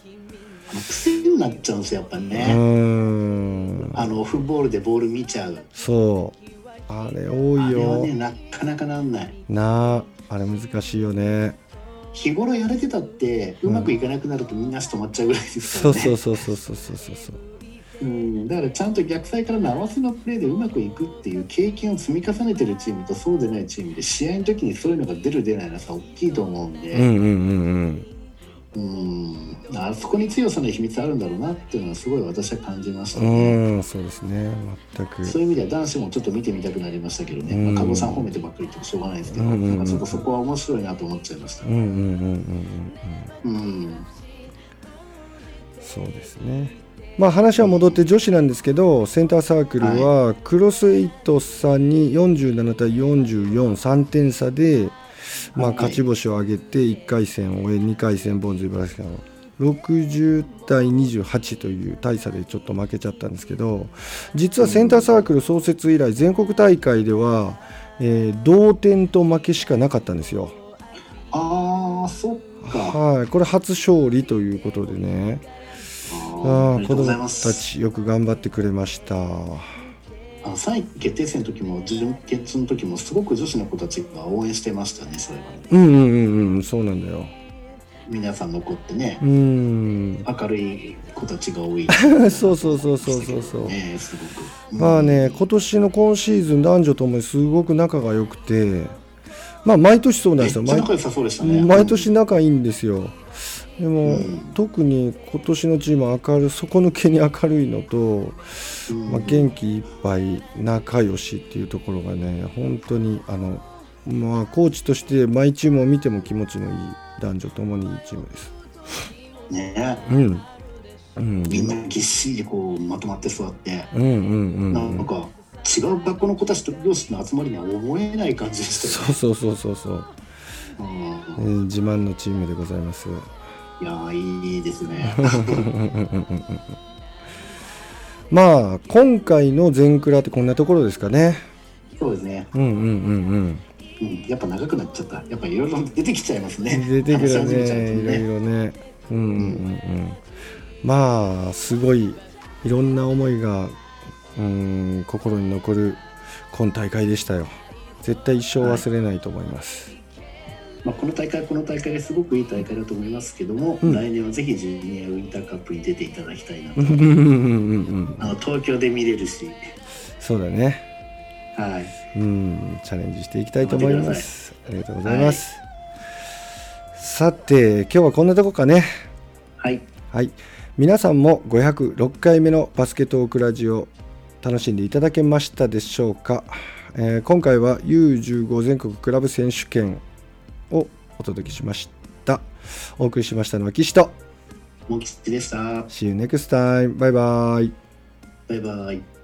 Speaker 3: あの癖になっちゃうんですよやっぱり
Speaker 2: う
Speaker 3: ね、
Speaker 2: ーん
Speaker 3: あのオフボールでボール見ちゃう
Speaker 2: そうあれ多
Speaker 3: あ
Speaker 2: い
Speaker 3: れは
Speaker 2: よ
Speaker 3: ねなかなかなんない
Speaker 2: なああれ難しいよね
Speaker 3: 日頃やれてたってうまくいかなくなるとみんな足止まっちゃうぐらいです
Speaker 2: そう
Speaker 3: からね
Speaker 2: そうそうそうそうそうそうそう
Speaker 3: うん、だからちゃんと逆サイからの合わせのプレーでうまくいくっていう経験を積み重ねてるチームとそうでないチームで試合の時にそういうのが出る出ないのはさ大きいと思うん
Speaker 2: うんう
Speaker 3: で、
Speaker 2: んうんうん
Speaker 3: うん、あそこに強さの秘密あるんだろうなっていうのはすごい私は感じました
Speaker 2: う
Speaker 3: ね。
Speaker 2: ーんそうですね全く
Speaker 3: そういう意味では男子もちょっと見てみたくなりましたけどね、
Speaker 2: うん
Speaker 3: まあ、加護さん褒めてばっかり言ってもしょうがないですけど、
Speaker 2: うんうんうん
Speaker 3: なんかちょっとそこは面白いなと思っちゃいました。
Speaker 2: うんうんうんうんうんうん
Speaker 3: うん、
Speaker 2: そうですねまあ話は戻って女子なんですけどセンターサークルはクロスエイトさんに47対443点差でまあ、
Speaker 3: はい
Speaker 2: 勝ち星を挙げて1回戦を終え2回戦ボンズ茨城さんを60対28という大差でちょっと負けちゃったんですけど実はセンターサークル創設以来全国大会では、えー同点と負けしかなかったんですよ。
Speaker 3: ああそっか
Speaker 2: はい、これ初勝利ということでね
Speaker 3: あ
Speaker 2: あ
Speaker 3: あ
Speaker 2: あ
Speaker 3: りがと
Speaker 2: 子供
Speaker 3: うございます
Speaker 2: たちよく頑張ってくれました。は
Speaker 3: あの3位決定戦の時も準決の時もすごく女子の子たちが応援してましたねそれはね
Speaker 2: うんうんうんうんそうなんだよ。
Speaker 3: 皆さん残ってね
Speaker 2: うーん
Speaker 3: 明るい子たち が多い
Speaker 2: そうそうそうそうそうそう。
Speaker 3: ねすごく
Speaker 2: まあね
Speaker 3: うん
Speaker 2: 今年の今シーズン男女ともにすごく仲が良くてまあ毎年そうなん
Speaker 3: めっ
Speaker 2: です
Speaker 3: ちゃ
Speaker 2: よ毎
Speaker 3: 仲良さそうでしたね
Speaker 2: 毎年仲いいんですよでも、
Speaker 3: うん
Speaker 2: 特に今年のチームは明るい底抜けに明るいのと、
Speaker 3: うん
Speaker 2: まあ、元気いっぱい仲良しっていうところがね本当にあのまあコーチとして毎チームを見ても気持ちのいい男女ともにいいチームです。
Speaker 3: ね
Speaker 2: うん、うん
Speaker 3: みんなぎっしりこうまとまって座って、
Speaker 2: うんうんうんう
Speaker 3: なん
Speaker 2: ん
Speaker 3: か違う学校の子たちと両親の集まりには思えない感じでしたよ
Speaker 2: そうそうそうそうそう、え
Speaker 3: うん
Speaker 2: ー自慢のチームでございます。
Speaker 3: いやーいいです ね
Speaker 2: まあ今回の全クラってこんなところですかね。
Speaker 3: そうですね、
Speaker 2: うんうんうん
Speaker 3: うん、やっぱ長くなっちゃったやっぱいろいろ出てきちゃいます
Speaker 2: う
Speaker 3: ね
Speaker 2: ん。出てくる
Speaker 3: 話し始めちゃう
Speaker 2: ね
Speaker 3: と
Speaker 2: いろいろね。うんうんうんうん。まあすごいいろんな思いがうん心に残る今大会でしたよ。絶対一生忘れないと思います。
Speaker 3: まあ、この大会この大会がすごくいい大会だと思いますけども、
Speaker 2: うん
Speaker 3: 来年はぜひジュニアウィンターカップに出ていただきたいなと
Speaker 2: うんうんうんうん
Speaker 3: あの東京で見れるし
Speaker 2: そうだね。
Speaker 3: はい
Speaker 2: うんチャレンジしていきたいと思います。ありがとうございます。さて今日はこんなとこかね。
Speaker 3: はい
Speaker 2: はい、皆さんも506回目のバスケットオークラジオ楽しんでいただけましたでしょうか、えー今回は U15 全国クラブ選手権をお届けしましたお送りしましたのは岸と
Speaker 3: モキチでした
Speaker 2: See you next time バイバイ
Speaker 3: バイバイ